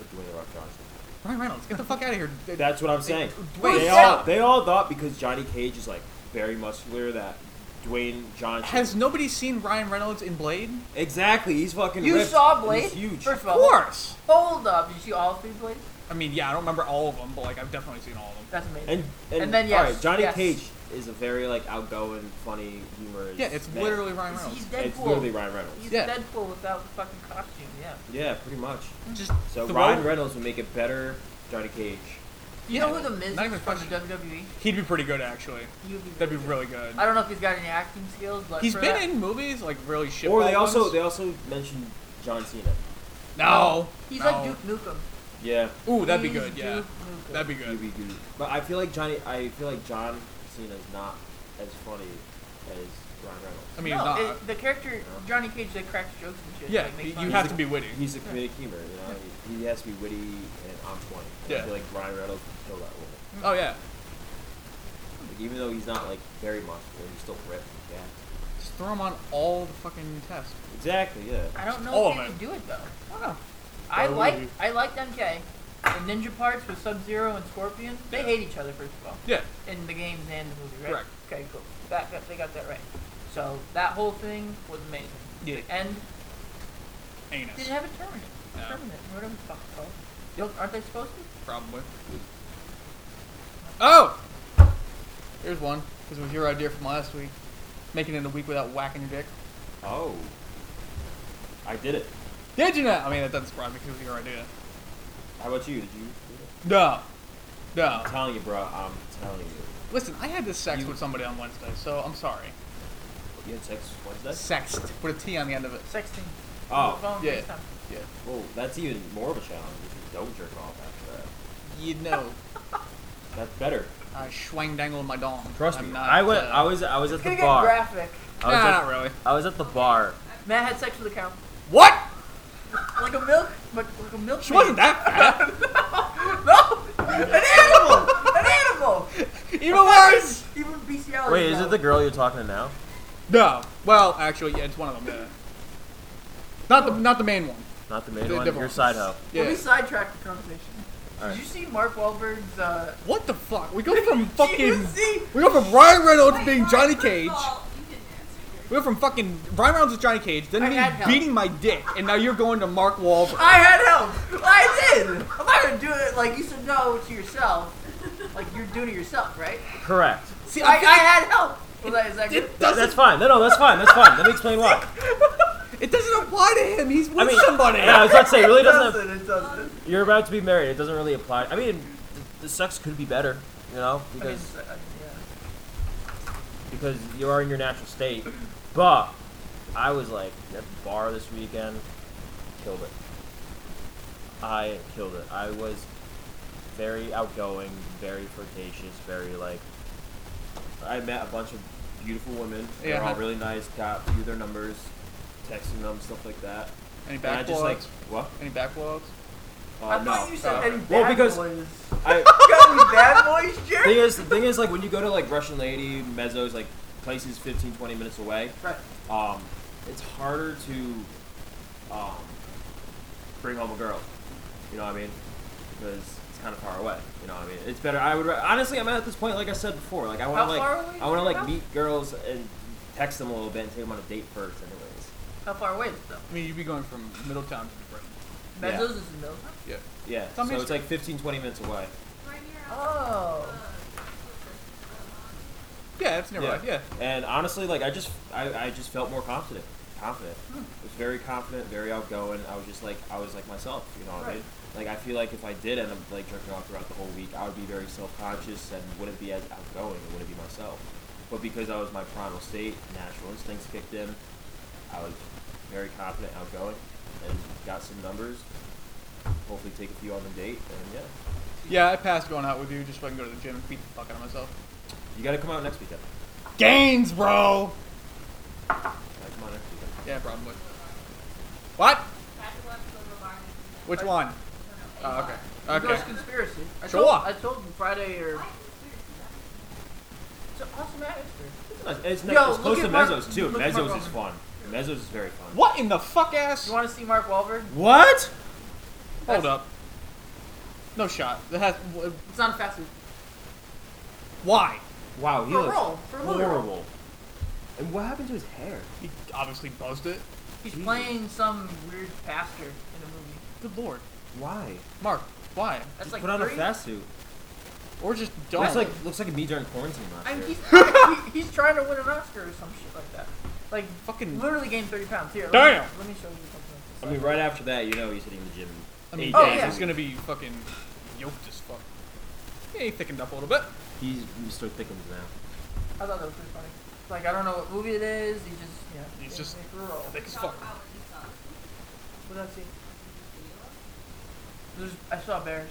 Speaker 1: or Dwayne The Rock Johnson?
Speaker 2: Ryan Reynolds, get the fuck out of here.
Speaker 1: That's what I'm saying.
Speaker 2: Wait,
Speaker 1: they
Speaker 2: stop.
Speaker 1: all they all thought because Johnny Cage is like very muscular that Dwayne Johnson
Speaker 2: Has nobody seen Ryan Reynolds in Blade?
Speaker 1: exactly he's fucking
Speaker 3: You
Speaker 1: ripped.
Speaker 3: saw Blade?
Speaker 1: He's huge.
Speaker 3: First of
Speaker 2: Of
Speaker 3: all,
Speaker 2: course.
Speaker 3: hold up. Did you see all three Blades?
Speaker 2: I mean, yeah, I don't remember all of them, but like I've definitely seen all of them.
Speaker 3: That's amazing.
Speaker 1: And and,
Speaker 3: And then,
Speaker 1: all
Speaker 3: yes,
Speaker 1: right, Johnny
Speaker 3: yes.
Speaker 1: Cage is a very like outgoing, funny, humorous.
Speaker 2: Yeah, it's
Speaker 1: man.
Speaker 2: literally Ryan
Speaker 3: He's-
Speaker 2: Reynolds.
Speaker 3: he's Deadpool.
Speaker 1: it's literally Ryan Reynolds.
Speaker 3: He's
Speaker 2: Yeah.
Speaker 3: Deadpool without the fucking costume. Yeah.
Speaker 1: Yeah, pretty much.
Speaker 2: Just
Speaker 1: So
Speaker 2: throw-
Speaker 1: Ryan Reynolds would make a better Johnny Cage.
Speaker 3: You know who the Miz
Speaker 2: Not even
Speaker 3: is
Speaker 2: a
Speaker 3: from the
Speaker 2: question.
Speaker 3: WWE?
Speaker 2: He'd be pretty good actually.
Speaker 3: You'd be
Speaker 2: That'd
Speaker 3: really
Speaker 2: be
Speaker 3: good.
Speaker 2: really good.
Speaker 3: I don't know if he's got any acting skills, but
Speaker 2: He's
Speaker 3: for
Speaker 2: been
Speaker 3: that-
Speaker 2: in movies like really shit.
Speaker 1: or they also they also mentioned John Cena.
Speaker 2: no.
Speaker 3: He's
Speaker 2: no.
Speaker 3: like Duke Nukem.
Speaker 1: Yeah,
Speaker 2: Ooh, that'd be
Speaker 3: He's
Speaker 2: good. Yeah,
Speaker 3: Duke Nukem.
Speaker 2: that'd be
Speaker 1: he'd
Speaker 2: good.
Speaker 1: be good. But I feel like Johnny. I feel like John Cena's not as funny as Ryan Reynolds.
Speaker 2: I mean,
Speaker 3: no,
Speaker 2: not.
Speaker 3: it- the character Johnny Cage that cracks jokes and shit.
Speaker 2: yeah,
Speaker 3: like,
Speaker 2: you
Speaker 3: makes
Speaker 2: you
Speaker 3: fun
Speaker 2: have
Speaker 3: of
Speaker 2: to be witty.
Speaker 1: He's a comedic humor, you know. He, he has to be witty and on point. And
Speaker 2: Yeah.
Speaker 1: I feel like Ryan Reynolds can kill that role.
Speaker 2: Oh yeah,
Speaker 1: Like, even though he's not like very muscular, he's still ripped. Yeah.
Speaker 2: just throw him on all the fucking tests.
Speaker 1: Exactly. Yeah.
Speaker 3: I don't know
Speaker 2: all
Speaker 3: if
Speaker 2: of
Speaker 3: they
Speaker 2: it.
Speaker 3: can do it though.
Speaker 2: I don't know.
Speaker 3: I
Speaker 2: Probably.
Speaker 3: like I liked MK. The ninja parts with Sub Zero and Scorpion, they
Speaker 2: Yeah.
Speaker 3: hate each other first of all
Speaker 2: Yeah,
Speaker 3: in the games and the movie, right?
Speaker 2: Correct.
Speaker 3: Okay, cool. That, that they got that right. So that whole thing was amazing.
Speaker 2: Yeah.
Speaker 3: The end
Speaker 2: Anus.
Speaker 3: didn't have a terminate.
Speaker 2: No.
Speaker 3: Terminate, whatever the fuck it's called. Yo, aren't they supposed to?
Speaker 2: Probably. Oh! There's one. Because it was your idea from last week. Making it a week without whacking your dick.
Speaker 1: Oh. I did it.
Speaker 2: Did you not? I mean, that doesn't surprise me because it was your idea.
Speaker 1: How about you? Did you? do it?
Speaker 2: No. No.
Speaker 1: I'm telling you, bro. I'm telling you.
Speaker 2: Listen, I had this sex
Speaker 1: You-
Speaker 2: with somebody on Wednesday, so I'm sorry.
Speaker 1: You had sex Wednesday?
Speaker 2: Sexed. Put a T on the end of it.
Speaker 3: Sexting.
Speaker 1: Oh,
Speaker 3: Phone
Speaker 2: yeah.
Speaker 3: FaceTime.
Speaker 2: Yeah.
Speaker 1: well, Oh, that's even more of a challenge. If you don't jerk off after that,
Speaker 2: You know,
Speaker 1: that's better.
Speaker 2: I schwang dangled my dong.
Speaker 1: Trust
Speaker 2: I'm
Speaker 1: me.
Speaker 2: not,
Speaker 1: I went.
Speaker 2: uh,
Speaker 1: I was. I was at
Speaker 3: It's
Speaker 1: the
Speaker 3: gonna get
Speaker 1: bar.
Speaker 3: graphic.
Speaker 1: I was,
Speaker 2: nah,
Speaker 1: at,
Speaker 2: not really.
Speaker 1: I was at the bar.
Speaker 3: Matt had sex with a cow.
Speaker 2: What?
Speaker 3: Like a milk, like, like a milk.
Speaker 2: She wasn't that bad.
Speaker 3: No, an animal, an animal.
Speaker 2: Even worse.
Speaker 3: Even bestiality.
Speaker 1: Wait, is
Speaker 3: now.
Speaker 1: it the girl you're talking to now?
Speaker 2: No. Well, actually, yeah, it's one of them. Yeah. Not the not the main one.
Speaker 1: Not the
Speaker 2: The
Speaker 1: main one.
Speaker 2: different
Speaker 1: Your
Speaker 2: one.
Speaker 1: side hoe.
Speaker 3: Let
Speaker 2: Yeah.
Speaker 3: me sidetrack the conversation.
Speaker 1: All right.
Speaker 3: Did you see Mark Wahlberg's? Uh,
Speaker 2: What the fuck? We go from
Speaker 3: Did
Speaker 2: fucking
Speaker 3: you see? Oh
Speaker 2: we go from Ryan Reynolds
Speaker 4: Wait,
Speaker 2: being
Speaker 4: Ryan,
Speaker 2: Johnny
Speaker 4: first of
Speaker 2: Cage.
Speaker 4: all, you didn't answer
Speaker 2: We went from fucking Ryan Reynolds as Johnny Cage, then
Speaker 3: I had
Speaker 2: me
Speaker 3: help.
Speaker 2: beating my dick, and now you're going to Mark Wahlberg.
Speaker 3: I had help. I did. I'm not gonna do it like you said no to yourself. Like you're doing it yourself, right?
Speaker 1: Correct.
Speaker 2: See,
Speaker 3: I, I
Speaker 2: I, I,
Speaker 3: had help. Was that, is that good?
Speaker 2: it
Speaker 1: Th-
Speaker 2: doesn't
Speaker 1: That's fine. No, no, that's fine. That's fine. Let me explain why.
Speaker 2: It doesn't apply to him. He's with
Speaker 1: I mean,
Speaker 2: somebody.
Speaker 1: Yeah, I was about to say, it really doesn't.
Speaker 3: doesn't. It doesn't.
Speaker 1: You're about to be married. It doesn't really apply. I mean, the, the sex could be better, you know,
Speaker 3: I mean,
Speaker 1: because
Speaker 3: uh, yeah.
Speaker 1: because you are in your natural state. But I was like at the bar this weekend, killed it. I killed it. I was very outgoing, very flirtatious, very like. I met a bunch of beautiful women. They were
Speaker 2: Yeah.
Speaker 1: all really nice. Got you their numbers, texting them, stuff like that.
Speaker 2: Any
Speaker 1: And I
Speaker 2: back
Speaker 1: just like
Speaker 2: blowouts?
Speaker 1: what?
Speaker 2: Any back blowouts?
Speaker 1: Uh,
Speaker 3: I
Speaker 1: no.
Speaker 3: thought you said
Speaker 2: Uh,
Speaker 3: any bad
Speaker 1: well, because-
Speaker 3: boys.
Speaker 1: I,
Speaker 3: You got any bad boys, Jerry?
Speaker 1: thing is, the thing is, like when you go to like Russian lady mezzos, like places 15, 20 minutes away,
Speaker 3: Right.
Speaker 1: um, it's harder to um, bring home a girl. You know what I mean? Because it's kind of far away. You know what I mean? It's better. I would ra- honestly, I'm at this point, like I said before, like I want
Speaker 3: How
Speaker 1: to like,
Speaker 3: far away
Speaker 1: I want to
Speaker 3: is
Speaker 1: like
Speaker 3: it?
Speaker 1: meet girls and text them a little bit and take them on a date first, anyways.
Speaker 3: How far away is it though?
Speaker 2: I mean, you'd be going from Middletown to Britain.
Speaker 1: Yeah.
Speaker 3: Mezzos is in Middletown.
Speaker 2: Yeah.
Speaker 1: Yeah.
Speaker 2: Tell me
Speaker 1: so
Speaker 2: a
Speaker 1: it's like 15, 20 minutes away.
Speaker 4: your right near out.
Speaker 3: Oh.
Speaker 2: Yeah, it's nearby. Yeah.
Speaker 1: And honestly, like I just I, I just felt more confident. Confident. I was very confident, very outgoing. I was just like I was like myself, you know what I
Speaker 3: Right.
Speaker 1: mean? Like I feel like if I did end up like jerking off throughout the whole week, I would be very self conscious and wouldn't be as outgoing and wouldn't be myself. But because I was my primal state, natural instincts kicked in, I was very confident, outgoing, and got some numbers. Hopefully take a few on the date and yeah.
Speaker 2: Yeah. I passed going out with you just so I can go to the gym and beat the fuck out of myself.
Speaker 1: You gotta come out next weekend.
Speaker 2: Gains, bro.
Speaker 1: Like, come out next weekend.
Speaker 2: Yeah, probably. What?
Speaker 4: Back left, go to the bar.
Speaker 2: Which
Speaker 3: uh,
Speaker 2: one?
Speaker 4: No, no,
Speaker 2: Oh,
Speaker 4: eight
Speaker 2: okay. Okay.
Speaker 3: Ghost conspiracy. I
Speaker 2: Sure.
Speaker 3: Told, I told you Friday or.
Speaker 4: bar.
Speaker 3: It's
Speaker 4: Why is this weird?
Speaker 3: an awesome atmosphere.
Speaker 1: It's nice. Uh, It's,
Speaker 3: Yo,
Speaker 1: nice. it's
Speaker 3: look
Speaker 1: close
Speaker 3: at
Speaker 1: to
Speaker 3: Mark-
Speaker 1: Mezzos too.
Speaker 3: look at Mark
Speaker 1: Mezzos is
Speaker 3: Wahlberg.
Speaker 1: fun. Mezzos is very fun.
Speaker 2: What in the fuck ass?
Speaker 3: You want to see Mark Wahlberg?
Speaker 1: What?
Speaker 2: Hold up. No shot. That has. wh-
Speaker 3: It's not a fast food.
Speaker 2: Why?
Speaker 1: Wow, he
Speaker 3: For a
Speaker 1: looks
Speaker 3: role, for a movie role.
Speaker 1: horrible. And what happened to his hair?
Speaker 2: He obviously buzzed it.
Speaker 3: He's
Speaker 1: Jesus.
Speaker 3: playing some weird pastor in a movie.
Speaker 2: Good lord,
Speaker 1: Why?
Speaker 2: Mark. Why?
Speaker 3: That's
Speaker 1: He
Speaker 3: like
Speaker 1: put on a
Speaker 3: three-
Speaker 1: fast suit.
Speaker 2: Or just don't.
Speaker 1: Looks like looks like me during quarantine last
Speaker 3: I mean,
Speaker 1: year.
Speaker 3: he's, he, he's trying to win an Oscar or some shit like that. Like
Speaker 2: fucking.
Speaker 3: literally gained 30 pounds. Here, let Me,
Speaker 2: Damn.
Speaker 3: let me show you something.
Speaker 1: I mean, right after that, you know, he's hitting the gym.
Speaker 2: I mean,
Speaker 1: eight
Speaker 3: oh,
Speaker 1: days
Speaker 3: yeah.
Speaker 1: a
Speaker 2: he's
Speaker 1: week.
Speaker 2: gonna be fucking yoked as fuck. Yeah, he thickened up a little bit.
Speaker 1: He's Mr. Thickens now.
Speaker 3: I thought that was pretty funny. Like I don't know what movie it is. He just you know.
Speaker 2: He's
Speaker 3: in
Speaker 2: just-
Speaker 3: a rural. What
Speaker 2: Thick as fuck.
Speaker 4: How would you solve it?
Speaker 3: did I see? There's, I saw bears.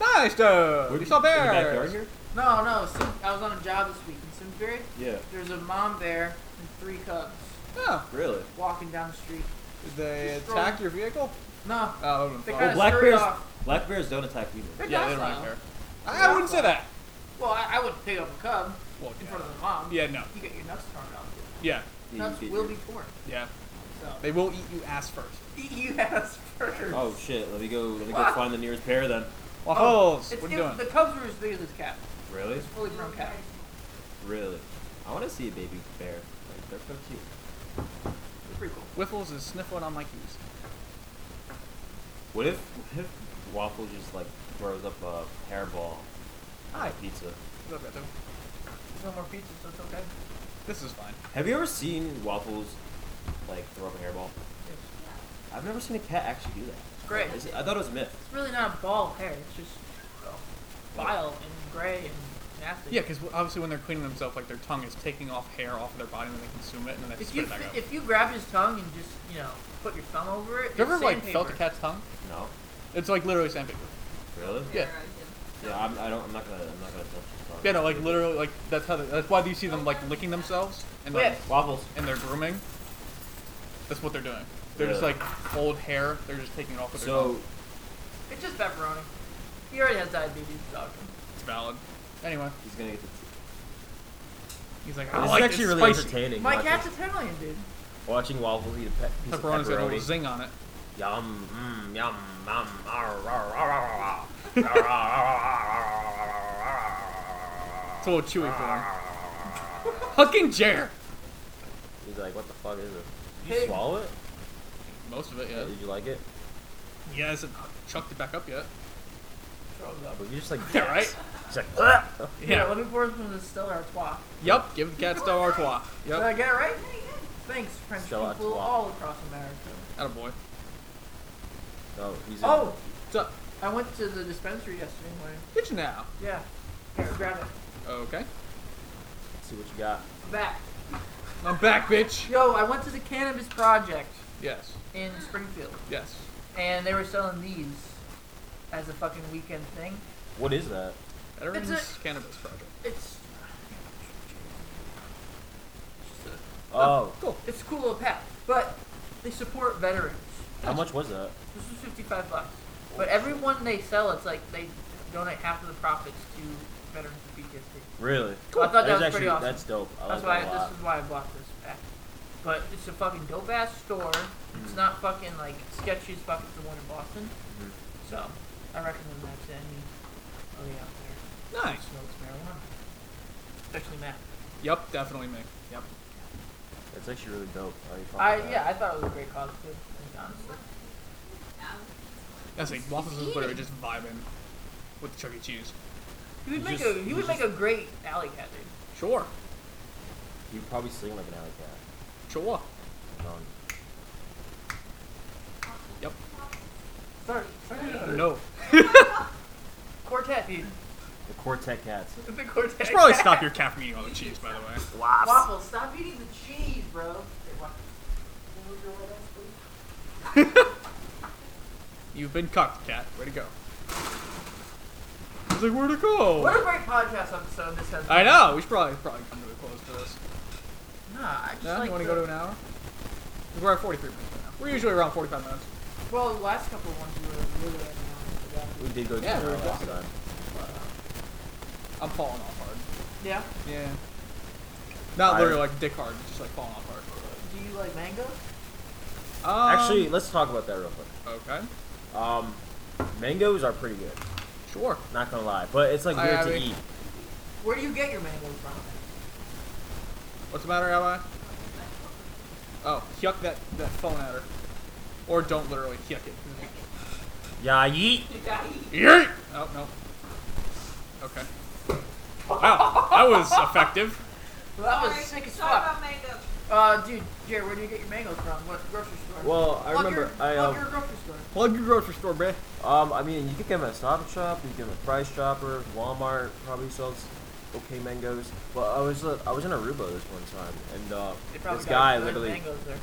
Speaker 2: Nice, dude.
Speaker 1: Where'd
Speaker 2: You
Speaker 1: you-
Speaker 2: saw
Speaker 1: in the backyard
Speaker 2: bears.
Speaker 1: here?
Speaker 3: No, no. Sim- I was on a job this week in Simsbury.
Speaker 1: Yeah,
Speaker 3: There's a mom bear and three cubs
Speaker 2: Oh,
Speaker 1: really.
Speaker 3: walking down the street.
Speaker 2: did they
Speaker 3: Just
Speaker 2: attack your vehicle?
Speaker 3: No,
Speaker 2: Oh, that would've
Speaker 3: They
Speaker 1: Well,
Speaker 2: been
Speaker 3: kinda
Speaker 2: fun.
Speaker 1: black
Speaker 3: scurried
Speaker 1: bears.
Speaker 3: off.
Speaker 1: Black bears don't attack humans.
Speaker 3: They're
Speaker 2: yeah, they don't
Speaker 3: docile.
Speaker 2: really care. I I wouldn't say that.
Speaker 3: Well, I, I wouldn't pick up a cub
Speaker 2: Well,
Speaker 3: in
Speaker 2: yeah.
Speaker 3: front of the mom.
Speaker 2: Yeah, no.
Speaker 3: You get your nuts torn out.
Speaker 2: Yeah,
Speaker 1: You
Speaker 3: Nuts
Speaker 1: get
Speaker 3: will
Speaker 1: your-
Speaker 3: be torn.
Speaker 2: yeah.
Speaker 3: So
Speaker 2: They will eat you ass first.
Speaker 3: eat you ass first.
Speaker 1: Oh shit! Let me go. Let me go
Speaker 3: Fuck.
Speaker 1: find the nearest pair then.
Speaker 2: Waffles,
Speaker 3: It's,
Speaker 2: what are you
Speaker 3: it-
Speaker 2: doing?
Speaker 3: The cubs were as big as this cat.
Speaker 1: Really?
Speaker 3: Fully grown cat.
Speaker 1: Really? I I want to see a baby bear. Like, they're so cute.
Speaker 3: It's pretty cool.
Speaker 2: Whiffles is sniffling on my keys.
Speaker 1: What if, what if Waffle just like throws up a hairball on
Speaker 2: Hi.
Speaker 1: a pizza?
Speaker 2: Is that better?
Speaker 3: There's no more pizza, so it's okay.
Speaker 2: This is fine.
Speaker 1: Have you ever seen Waffles like throw up a hairball? I've never seen a cat actually do that.
Speaker 3: It's great.
Speaker 1: Is it- I thought it was a myth.
Speaker 3: It's really not a ball of hair. It's just vile and gray and nasty.
Speaker 2: Yeah, because obviously when they're cleaning themselves, like their tongue is taking off hair off of their body and then they consume it and then they
Speaker 3: If
Speaker 2: spit
Speaker 3: you
Speaker 2: it back out.
Speaker 3: if you grab his tongue and just you know put your thumb over it,
Speaker 2: Have you ever
Speaker 3: it's
Speaker 2: like felt a
Speaker 3: sandpaper.
Speaker 2: cat's tongue?
Speaker 1: No,
Speaker 2: It's like literally sandpaper.
Speaker 1: really?
Speaker 2: Yeah.
Speaker 1: Yeah, I'm, I don't. I'm not gonna. I'm not gonna touch.
Speaker 2: Yeah, no, like literally, like that's how. They, that's why you see them like licking themselves and like,
Speaker 3: Whiff.
Speaker 1: Waffles.
Speaker 2: and they're grooming. That's what they're doing. They're just
Speaker 1: Really?
Speaker 2: like old hair. They're just taking it off with their
Speaker 1: So,
Speaker 2: tongue.
Speaker 3: It's just pepperoni. He already has diabetes, dog.
Speaker 2: It's valid. Anyway,
Speaker 1: he's gonna get the.
Speaker 2: he's like, I
Speaker 1: This
Speaker 2: like
Speaker 1: is actually
Speaker 2: this
Speaker 1: really
Speaker 2: spicy.
Speaker 1: entertaining.
Speaker 3: My
Speaker 1: watching,
Speaker 3: cat's Italian, dude.
Speaker 1: watching Waffles eat a pe- piece
Speaker 2: Pepperoni's
Speaker 1: of
Speaker 2: got a little
Speaker 1: pepperoni.
Speaker 2: zing on it.
Speaker 1: Yum, mm, yum, yum, ar, ar, ar, ar, ar, ar, ar, ar,
Speaker 2: It's a little chewy for them. Fucking Jer.
Speaker 1: He's like, what the fuck is it? Did you
Speaker 3: Hey.
Speaker 1: swallow it?
Speaker 2: Most of it, yeah.
Speaker 1: Did you like it?
Speaker 2: Yeah, it hasn't chucked it back up yet.
Speaker 1: But you just like,
Speaker 2: Yeah, right?
Speaker 1: It's like, "Ugh."
Speaker 3: Yeah,
Speaker 2: Yeah.
Speaker 3: let me pour him from the Stella Artois.
Speaker 2: Yep. Give the cat star Artois.
Speaker 3: Did
Speaker 2: Yep.
Speaker 3: I get it right?
Speaker 4: Pretty good.
Speaker 3: Thanks, French
Speaker 1: Stella
Speaker 3: people
Speaker 1: Artois.
Speaker 3: all across America.
Speaker 2: Atta boy.
Speaker 1: No, he's.
Speaker 3: Oh,
Speaker 2: What's up?
Speaker 3: I went to the dispensary yesterday morning.
Speaker 2: Bitch now.
Speaker 3: Yeah. Here, grab it.
Speaker 2: Okay.
Speaker 1: In. See what you got.
Speaker 3: I'm back.
Speaker 2: I'm back, bitch.
Speaker 3: Yo, I went to the Cannabis Project
Speaker 2: Yes.
Speaker 3: in Springfield,
Speaker 2: Yes.
Speaker 3: and they were selling these as a fucking weekend thing.
Speaker 1: What is that?
Speaker 2: Veterans
Speaker 3: It's
Speaker 2: Cannabis Project.
Speaker 3: It's
Speaker 1: Oh,
Speaker 2: Cool.
Speaker 3: it's a cool little pack, but they support veterans.
Speaker 1: how much was that?
Speaker 3: This is fifty-five bucks, but every one they sell, it's like they donate half of the profits to veterans with PTSD.
Speaker 1: Really?
Speaker 3: I thought
Speaker 1: That's
Speaker 3: that was pretty
Speaker 1: actually
Speaker 3: awesome.
Speaker 1: that's dope. I like
Speaker 3: That's why
Speaker 1: that a lot.
Speaker 3: this is why I bought this pack. But it's a fucking dope ass store.
Speaker 1: Mm.
Speaker 3: It's not fucking like sketchy as fuck as the one in Boston.
Speaker 1: Mhm.
Speaker 3: So I recommend that to any buddy out there
Speaker 2: Nice.
Speaker 3: who smokes marijuana, especially Matt.
Speaker 2: Yep, definitely me.
Speaker 3: Yep.
Speaker 1: That's actually really dope. I like
Speaker 3: I
Speaker 1: that.
Speaker 3: yeah, I thought it was a great cause too. to be Honestly,
Speaker 2: That's like waffles is literally just vibing with the Chuck E. Cheese.
Speaker 3: he would
Speaker 1: You
Speaker 3: make
Speaker 1: just-
Speaker 3: a he
Speaker 1: you
Speaker 3: would make
Speaker 1: just-
Speaker 3: a great alley cat dude.
Speaker 2: Sure.
Speaker 1: You probably sing like an alley cat.
Speaker 2: Sure.
Speaker 1: Um,
Speaker 2: Yep.
Speaker 3: Start, start
Speaker 2: No.
Speaker 3: quartet dude.
Speaker 1: the quartet cats.
Speaker 3: The quartet.
Speaker 2: You should probably stop your cat from eating all the cheese, by the way.
Speaker 3: waffles. Stop eating the cheese, bro.
Speaker 2: You've been cucked, cat. Way to go. He's like, where to go?
Speaker 3: What a great podcast episode this has. been.
Speaker 2: I know. We should probably probably come to a close to this.
Speaker 3: Nah, I just
Speaker 2: No,
Speaker 3: like
Speaker 2: you want to
Speaker 3: the-
Speaker 2: go to an hour? We're at 43 minutes right now. We're usually around 45 minutes.
Speaker 3: Well, the last couple ones were really annoying.
Speaker 1: We did go to
Speaker 2: Yeah,
Speaker 1: dinner
Speaker 2: we were
Speaker 1: last
Speaker 2: talking.
Speaker 1: time.
Speaker 2: I'm falling off hard.
Speaker 3: Yeah.
Speaker 2: Yeah. Not
Speaker 1: I-
Speaker 2: literally like dick hard, just like falling off hard.
Speaker 3: Do you like mango?
Speaker 2: Um,
Speaker 1: Actually, let's talk about that real quick.
Speaker 2: Okay.
Speaker 1: Um, mangoes are pretty good.
Speaker 2: Sure.
Speaker 1: Not gonna lie, but it's like
Speaker 3: Oh,
Speaker 2: I-
Speaker 1: weird
Speaker 2: I
Speaker 1: to
Speaker 2: mean-
Speaker 1: eat.
Speaker 3: Where do you get your mango from?
Speaker 2: What's the matter, Ally? Oh, yuck that, that phone at her. Or don't literally yuck it.
Speaker 1: Yeah, I eat.
Speaker 2: Yeet! Oh, no. Okay. Wow, that was effective.
Speaker 3: Well, that was sick as fuck. Uh, dude, Jared, where do you get your mangoes from? What grocery store?
Speaker 1: Well, I
Speaker 3: Plug
Speaker 1: remember.
Speaker 3: Your,
Speaker 1: I
Speaker 3: plug
Speaker 1: um,
Speaker 3: your grocery store.
Speaker 2: Plug your grocery store, bruh.
Speaker 1: um, I mean, you could get them at Stop and Shop. You could get them at Price Chopper. Walmart probably sells okay mangoes. But I was uh, I was in Aruba this one time, and uh,
Speaker 3: They probably
Speaker 1: this
Speaker 3: got
Speaker 1: guy
Speaker 3: good
Speaker 1: literally.
Speaker 3: mangoes there.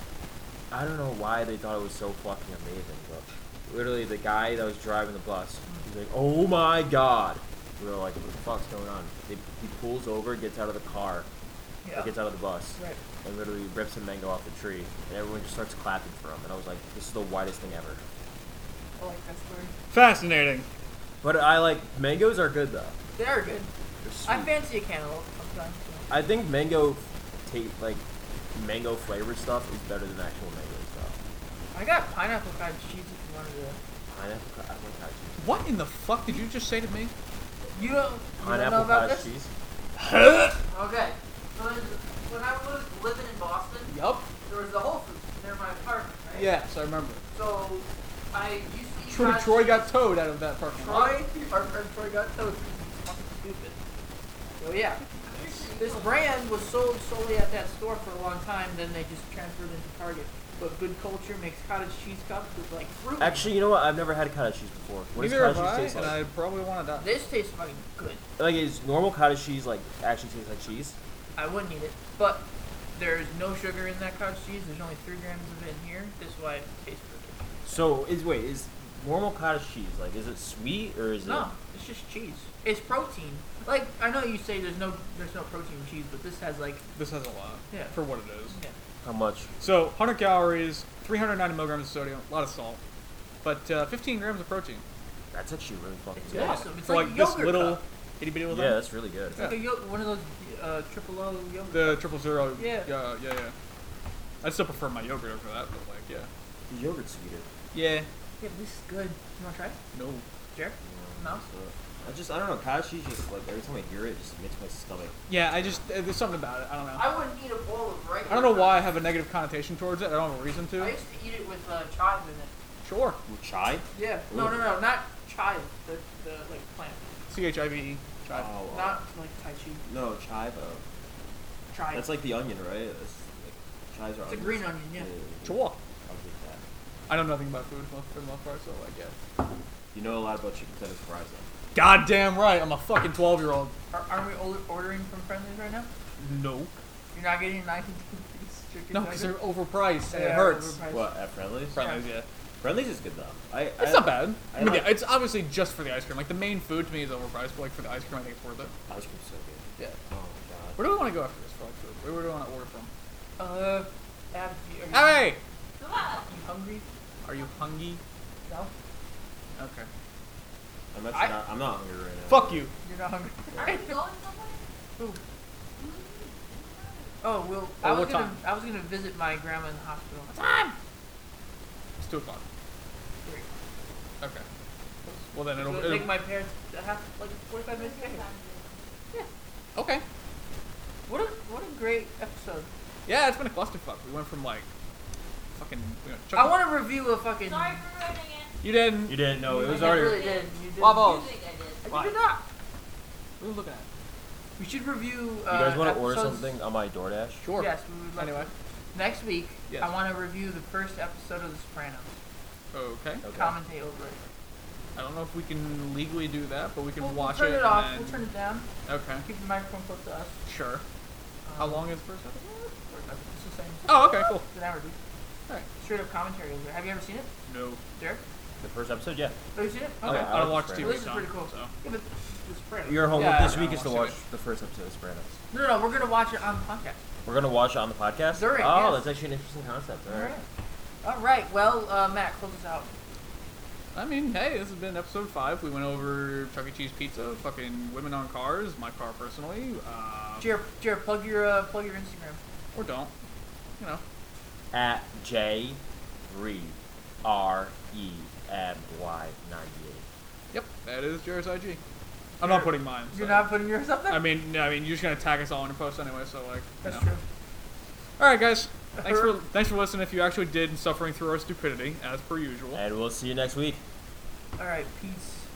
Speaker 1: I don't know why they thought it was so fucking amazing, but literally the guy that was driving the bus, he's like, "Oh my god!" We were like, "What the fuck's going on?" They, he pulls over, gets out of the car,
Speaker 3: Yeah.
Speaker 1: or gets out of the bus,
Speaker 3: Right.
Speaker 1: and literally rips a mango off the tree, and everyone just starts clapping for him. And I was like, "This is the whitest thing ever."
Speaker 3: I like that story.
Speaker 2: Fascinating.
Speaker 1: But I like mangoes are good though.
Speaker 3: They're good.
Speaker 1: They're
Speaker 3: I
Speaker 1: sweet.
Speaker 3: fancy a cantaloupe sometimes. so.
Speaker 1: I think mango, taste like mango flavored stuff is better than actual mango stuff.
Speaker 3: I got pineapple cottage cheese if you wanted to.
Speaker 1: Pineapple, co- I like cottage cheese.
Speaker 2: What in the fuck did you just say to me?
Speaker 3: You don't, you don't know
Speaker 1: Pineapple
Speaker 3: about
Speaker 1: cottage
Speaker 3: this?
Speaker 1: cheese.
Speaker 3: Okay. was, when I was living in Boston,
Speaker 2: Yup.
Speaker 3: there was the Whole Foods near my apartment, right?
Speaker 2: Yes, I remember.
Speaker 3: So I used to eat
Speaker 2: Troy,
Speaker 3: fast
Speaker 2: Troy
Speaker 3: food.
Speaker 2: got towed out of that parking lot.
Speaker 3: Troy, our friend Troy got those. Stupid. So yeah, this brand was sold solely at that store for a long time. Then they just transferred into Target. But Good Culture makes cottage cheese cups with like fruit.
Speaker 1: Actually, you know what? I've never had cottage cheese before. What does
Speaker 2: Neither have
Speaker 1: cottage
Speaker 2: I,
Speaker 1: cheese taste
Speaker 2: and
Speaker 1: like?
Speaker 2: I probably want to die.
Speaker 3: this tastes fucking good.
Speaker 1: Like, is normal cottage cheese like actually tastes like cheese?
Speaker 3: I wouldn't eat it, but there's no sugar in that cottage cheese. There's only three grams of it in here. This is why it tastes pretty
Speaker 1: So is wait is normal cottage cheese like is it sweet or is
Speaker 3: good. No, it's just cheese. It's protein. Like I know you say there's no there's no protein in cheese, but this has like
Speaker 2: This has a lot
Speaker 3: Yeah.
Speaker 2: for what it is.
Speaker 3: yeah.
Speaker 1: it how much?
Speaker 2: So 100 calories, 390 milligrams of sodium, a lot of salt, but uh, 15 grams of protein.
Speaker 1: That's actually really fucking
Speaker 3: It's
Speaker 1: good.
Speaker 2: Yeah.
Speaker 3: awesome. It's
Speaker 2: For,
Speaker 3: like
Speaker 2: like,
Speaker 3: a
Speaker 2: this
Speaker 3: yogurt
Speaker 2: little
Speaker 3: cup.
Speaker 2: itty bitty
Speaker 1: Yeah,
Speaker 2: little thing.
Speaker 1: that's really good.
Speaker 3: It's like a yo- one of those uh, triple O yogurt.
Speaker 2: The triple zero.
Speaker 3: Yeah.
Speaker 2: Yeah, yeah, yeah. I still prefer my yogurt over that, but like, yeah.
Speaker 1: The yogurt's sweeter.
Speaker 2: Yeah.
Speaker 3: yeah, this is good. You wanna try it,
Speaker 2: No.
Speaker 3: Jared? No.
Speaker 1: So, I just I don't know cottage cheese just like every time I hear it, it just makes my stomach.
Speaker 2: Yeah, I just uh, there's something about it. I don't know. I,
Speaker 3: I wouldn't eat a bowl of regular.
Speaker 2: don't know why I have a negative connotation towards it. I don't have a reason to.
Speaker 3: I used to eat it with uh, chives in it.
Speaker 2: Sure.
Speaker 1: Ooh, chai.
Speaker 3: Yeah. No, no, no, not chive. The the like plant.
Speaker 2: C H I V E. Try. it.
Speaker 1: Oh, uh,
Speaker 3: Not like tai chi.
Speaker 1: no chive. Uh,
Speaker 3: Chive.
Speaker 1: that's like the onion, right? That's, like, chives are.
Speaker 3: It's a
Speaker 1: onions.
Speaker 3: green onion, yeah.
Speaker 1: Oh.
Speaker 2: Sure.
Speaker 1: I'll get that.
Speaker 2: I know nothing about food for for the most part, so like, yeah.
Speaker 1: You know a lot about chicken tenders fries. though.
Speaker 2: Goddamn right. I'm a fucking 12 year old.
Speaker 3: Are, aren't we order- ordering from Friendly's right now?
Speaker 2: No.
Speaker 3: You're not getting 19 piece chicken
Speaker 2: No, because they're
Speaker 3: nugget?
Speaker 2: overpriced and
Speaker 3: Yeah,
Speaker 2: it hurts.
Speaker 3: overpriced.
Speaker 1: What at Friendly's?
Speaker 2: Friendlies, yeah.
Speaker 1: Friendly's is good though. I.
Speaker 2: It's
Speaker 1: I,
Speaker 2: not bad.
Speaker 1: I
Speaker 2: I mean,
Speaker 1: like-
Speaker 2: yeah, it's obviously just for the ice cream. Like the main food to me is overpriced, but like for the ice cream, I think it's worth it.
Speaker 1: Ice cream's so good.
Speaker 2: Yeah.
Speaker 1: Oh my god.
Speaker 2: Where do we want to go after this for like food? Where, where do we want to order from?
Speaker 3: Uh, Ab, you- are you,
Speaker 2: Hey,
Speaker 4: Blah.
Speaker 3: you hungry?
Speaker 2: are you hungry?
Speaker 3: No,
Speaker 2: Okay.
Speaker 1: I'm actually
Speaker 3: I-
Speaker 1: not. I'm not hungry right now.
Speaker 2: Fuck you.
Speaker 3: you're not hungry.
Speaker 4: Are you going somewhere?
Speaker 3: Ooh. Oh, well,
Speaker 2: Oh,
Speaker 3: I was
Speaker 2: what
Speaker 3: gonna,
Speaker 2: time?
Speaker 3: I was gonna visit my grandma in the hospital.
Speaker 2: It's two o'clock.
Speaker 3: Three.
Speaker 2: Okay. Well then
Speaker 3: So
Speaker 2: it'll.
Speaker 3: it'll
Speaker 2: it'll
Speaker 3: take my parents a half, like 45 minutes. to get here.
Speaker 2: okay.
Speaker 3: What a, what a great episode.
Speaker 2: Yeah, it's been a clusterfuck. We went from like fucking. We went
Speaker 3: I want to review a fucking.
Speaker 4: Sorry for ruining it.
Speaker 2: You didn't.
Speaker 1: You didn't know it
Speaker 3: I
Speaker 1: was
Speaker 3: never
Speaker 1: already.
Speaker 3: really did. You did.
Speaker 2: Bravo.
Speaker 4: You think I did.
Speaker 3: You did not.
Speaker 2: What are we looking at?
Speaker 3: We should review. Uh,
Speaker 1: You guys want to order
Speaker 3: episodes-
Speaker 1: something on my DoorDash?
Speaker 2: Sure.
Speaker 3: Yes, we would like
Speaker 2: Anyway.
Speaker 3: Next week,
Speaker 2: Yes.
Speaker 3: I want to review the first episode of The Sopranos.
Speaker 2: Okay.
Speaker 1: Okay.
Speaker 3: Commentate over it.
Speaker 2: I don't know if we can legally do that, but we can
Speaker 3: We'll, we'll
Speaker 2: watch
Speaker 3: turn it,
Speaker 2: it.
Speaker 3: off.
Speaker 2: and
Speaker 3: We'll turn
Speaker 2: then-
Speaker 3: it down.
Speaker 2: Okay.
Speaker 3: Keep the microphone close to us.
Speaker 2: Sure. How
Speaker 3: Um,
Speaker 2: long is the first episode?
Speaker 3: It's the same.
Speaker 2: Oh, okay, cool.
Speaker 3: It's an hour, dude.
Speaker 2: Alright.
Speaker 3: Straight up commentary over it. Have you ever seen it,
Speaker 2: No.
Speaker 3: Derek?
Speaker 1: The first episode, Oh, yeah.
Speaker 3: Have you seen it?
Speaker 1: Okay,
Speaker 2: Okay, I
Speaker 1: I
Speaker 2: don't
Speaker 1: like
Speaker 2: watch
Speaker 1: this
Speaker 2: TV.
Speaker 1: brand.
Speaker 3: Well, this is
Speaker 2: so-
Speaker 3: pretty cool.
Speaker 2: So.
Speaker 3: Yeah, but The Sopranos.
Speaker 1: Your homework
Speaker 2: Yeah,
Speaker 1: this
Speaker 2: I
Speaker 1: week
Speaker 2: don't
Speaker 1: is to
Speaker 2: watch
Speaker 1: watch
Speaker 2: it.
Speaker 1: the first episode of Sopranos.
Speaker 3: No, no, no, we're gonna watch it on the podcast.
Speaker 1: We're gonna watch it on the podcast.
Speaker 3: During,
Speaker 1: oh,
Speaker 3: yes.
Speaker 1: that's actually an interesting concept. All right.
Speaker 3: All right. Well, uh, Matt, close us out.
Speaker 2: I mean, hey, this has been episode five. We went over Chuck E. Cheese pizza, fucking women on cars, my car personally, uh,
Speaker 3: Jared, Jared, plug your uh, plug your Instagram.
Speaker 2: or don't. You know,
Speaker 1: At J, Reed, R E M Y ninety eight.
Speaker 2: yep, that is Jared's IG. I'm not
Speaker 3: Jared,
Speaker 2: putting mine. so-
Speaker 3: You're not putting yours up there.
Speaker 2: I mean, no, I mean, you're just gonna tag us all in your post anyway, so like.
Speaker 3: That's
Speaker 2: you know.
Speaker 3: true.
Speaker 2: All right, guys. Thanks for thanks for listening. If you actually did and suffering through our stupidity, as per usual.
Speaker 1: And we'll see you next week.
Speaker 3: All right. Peace.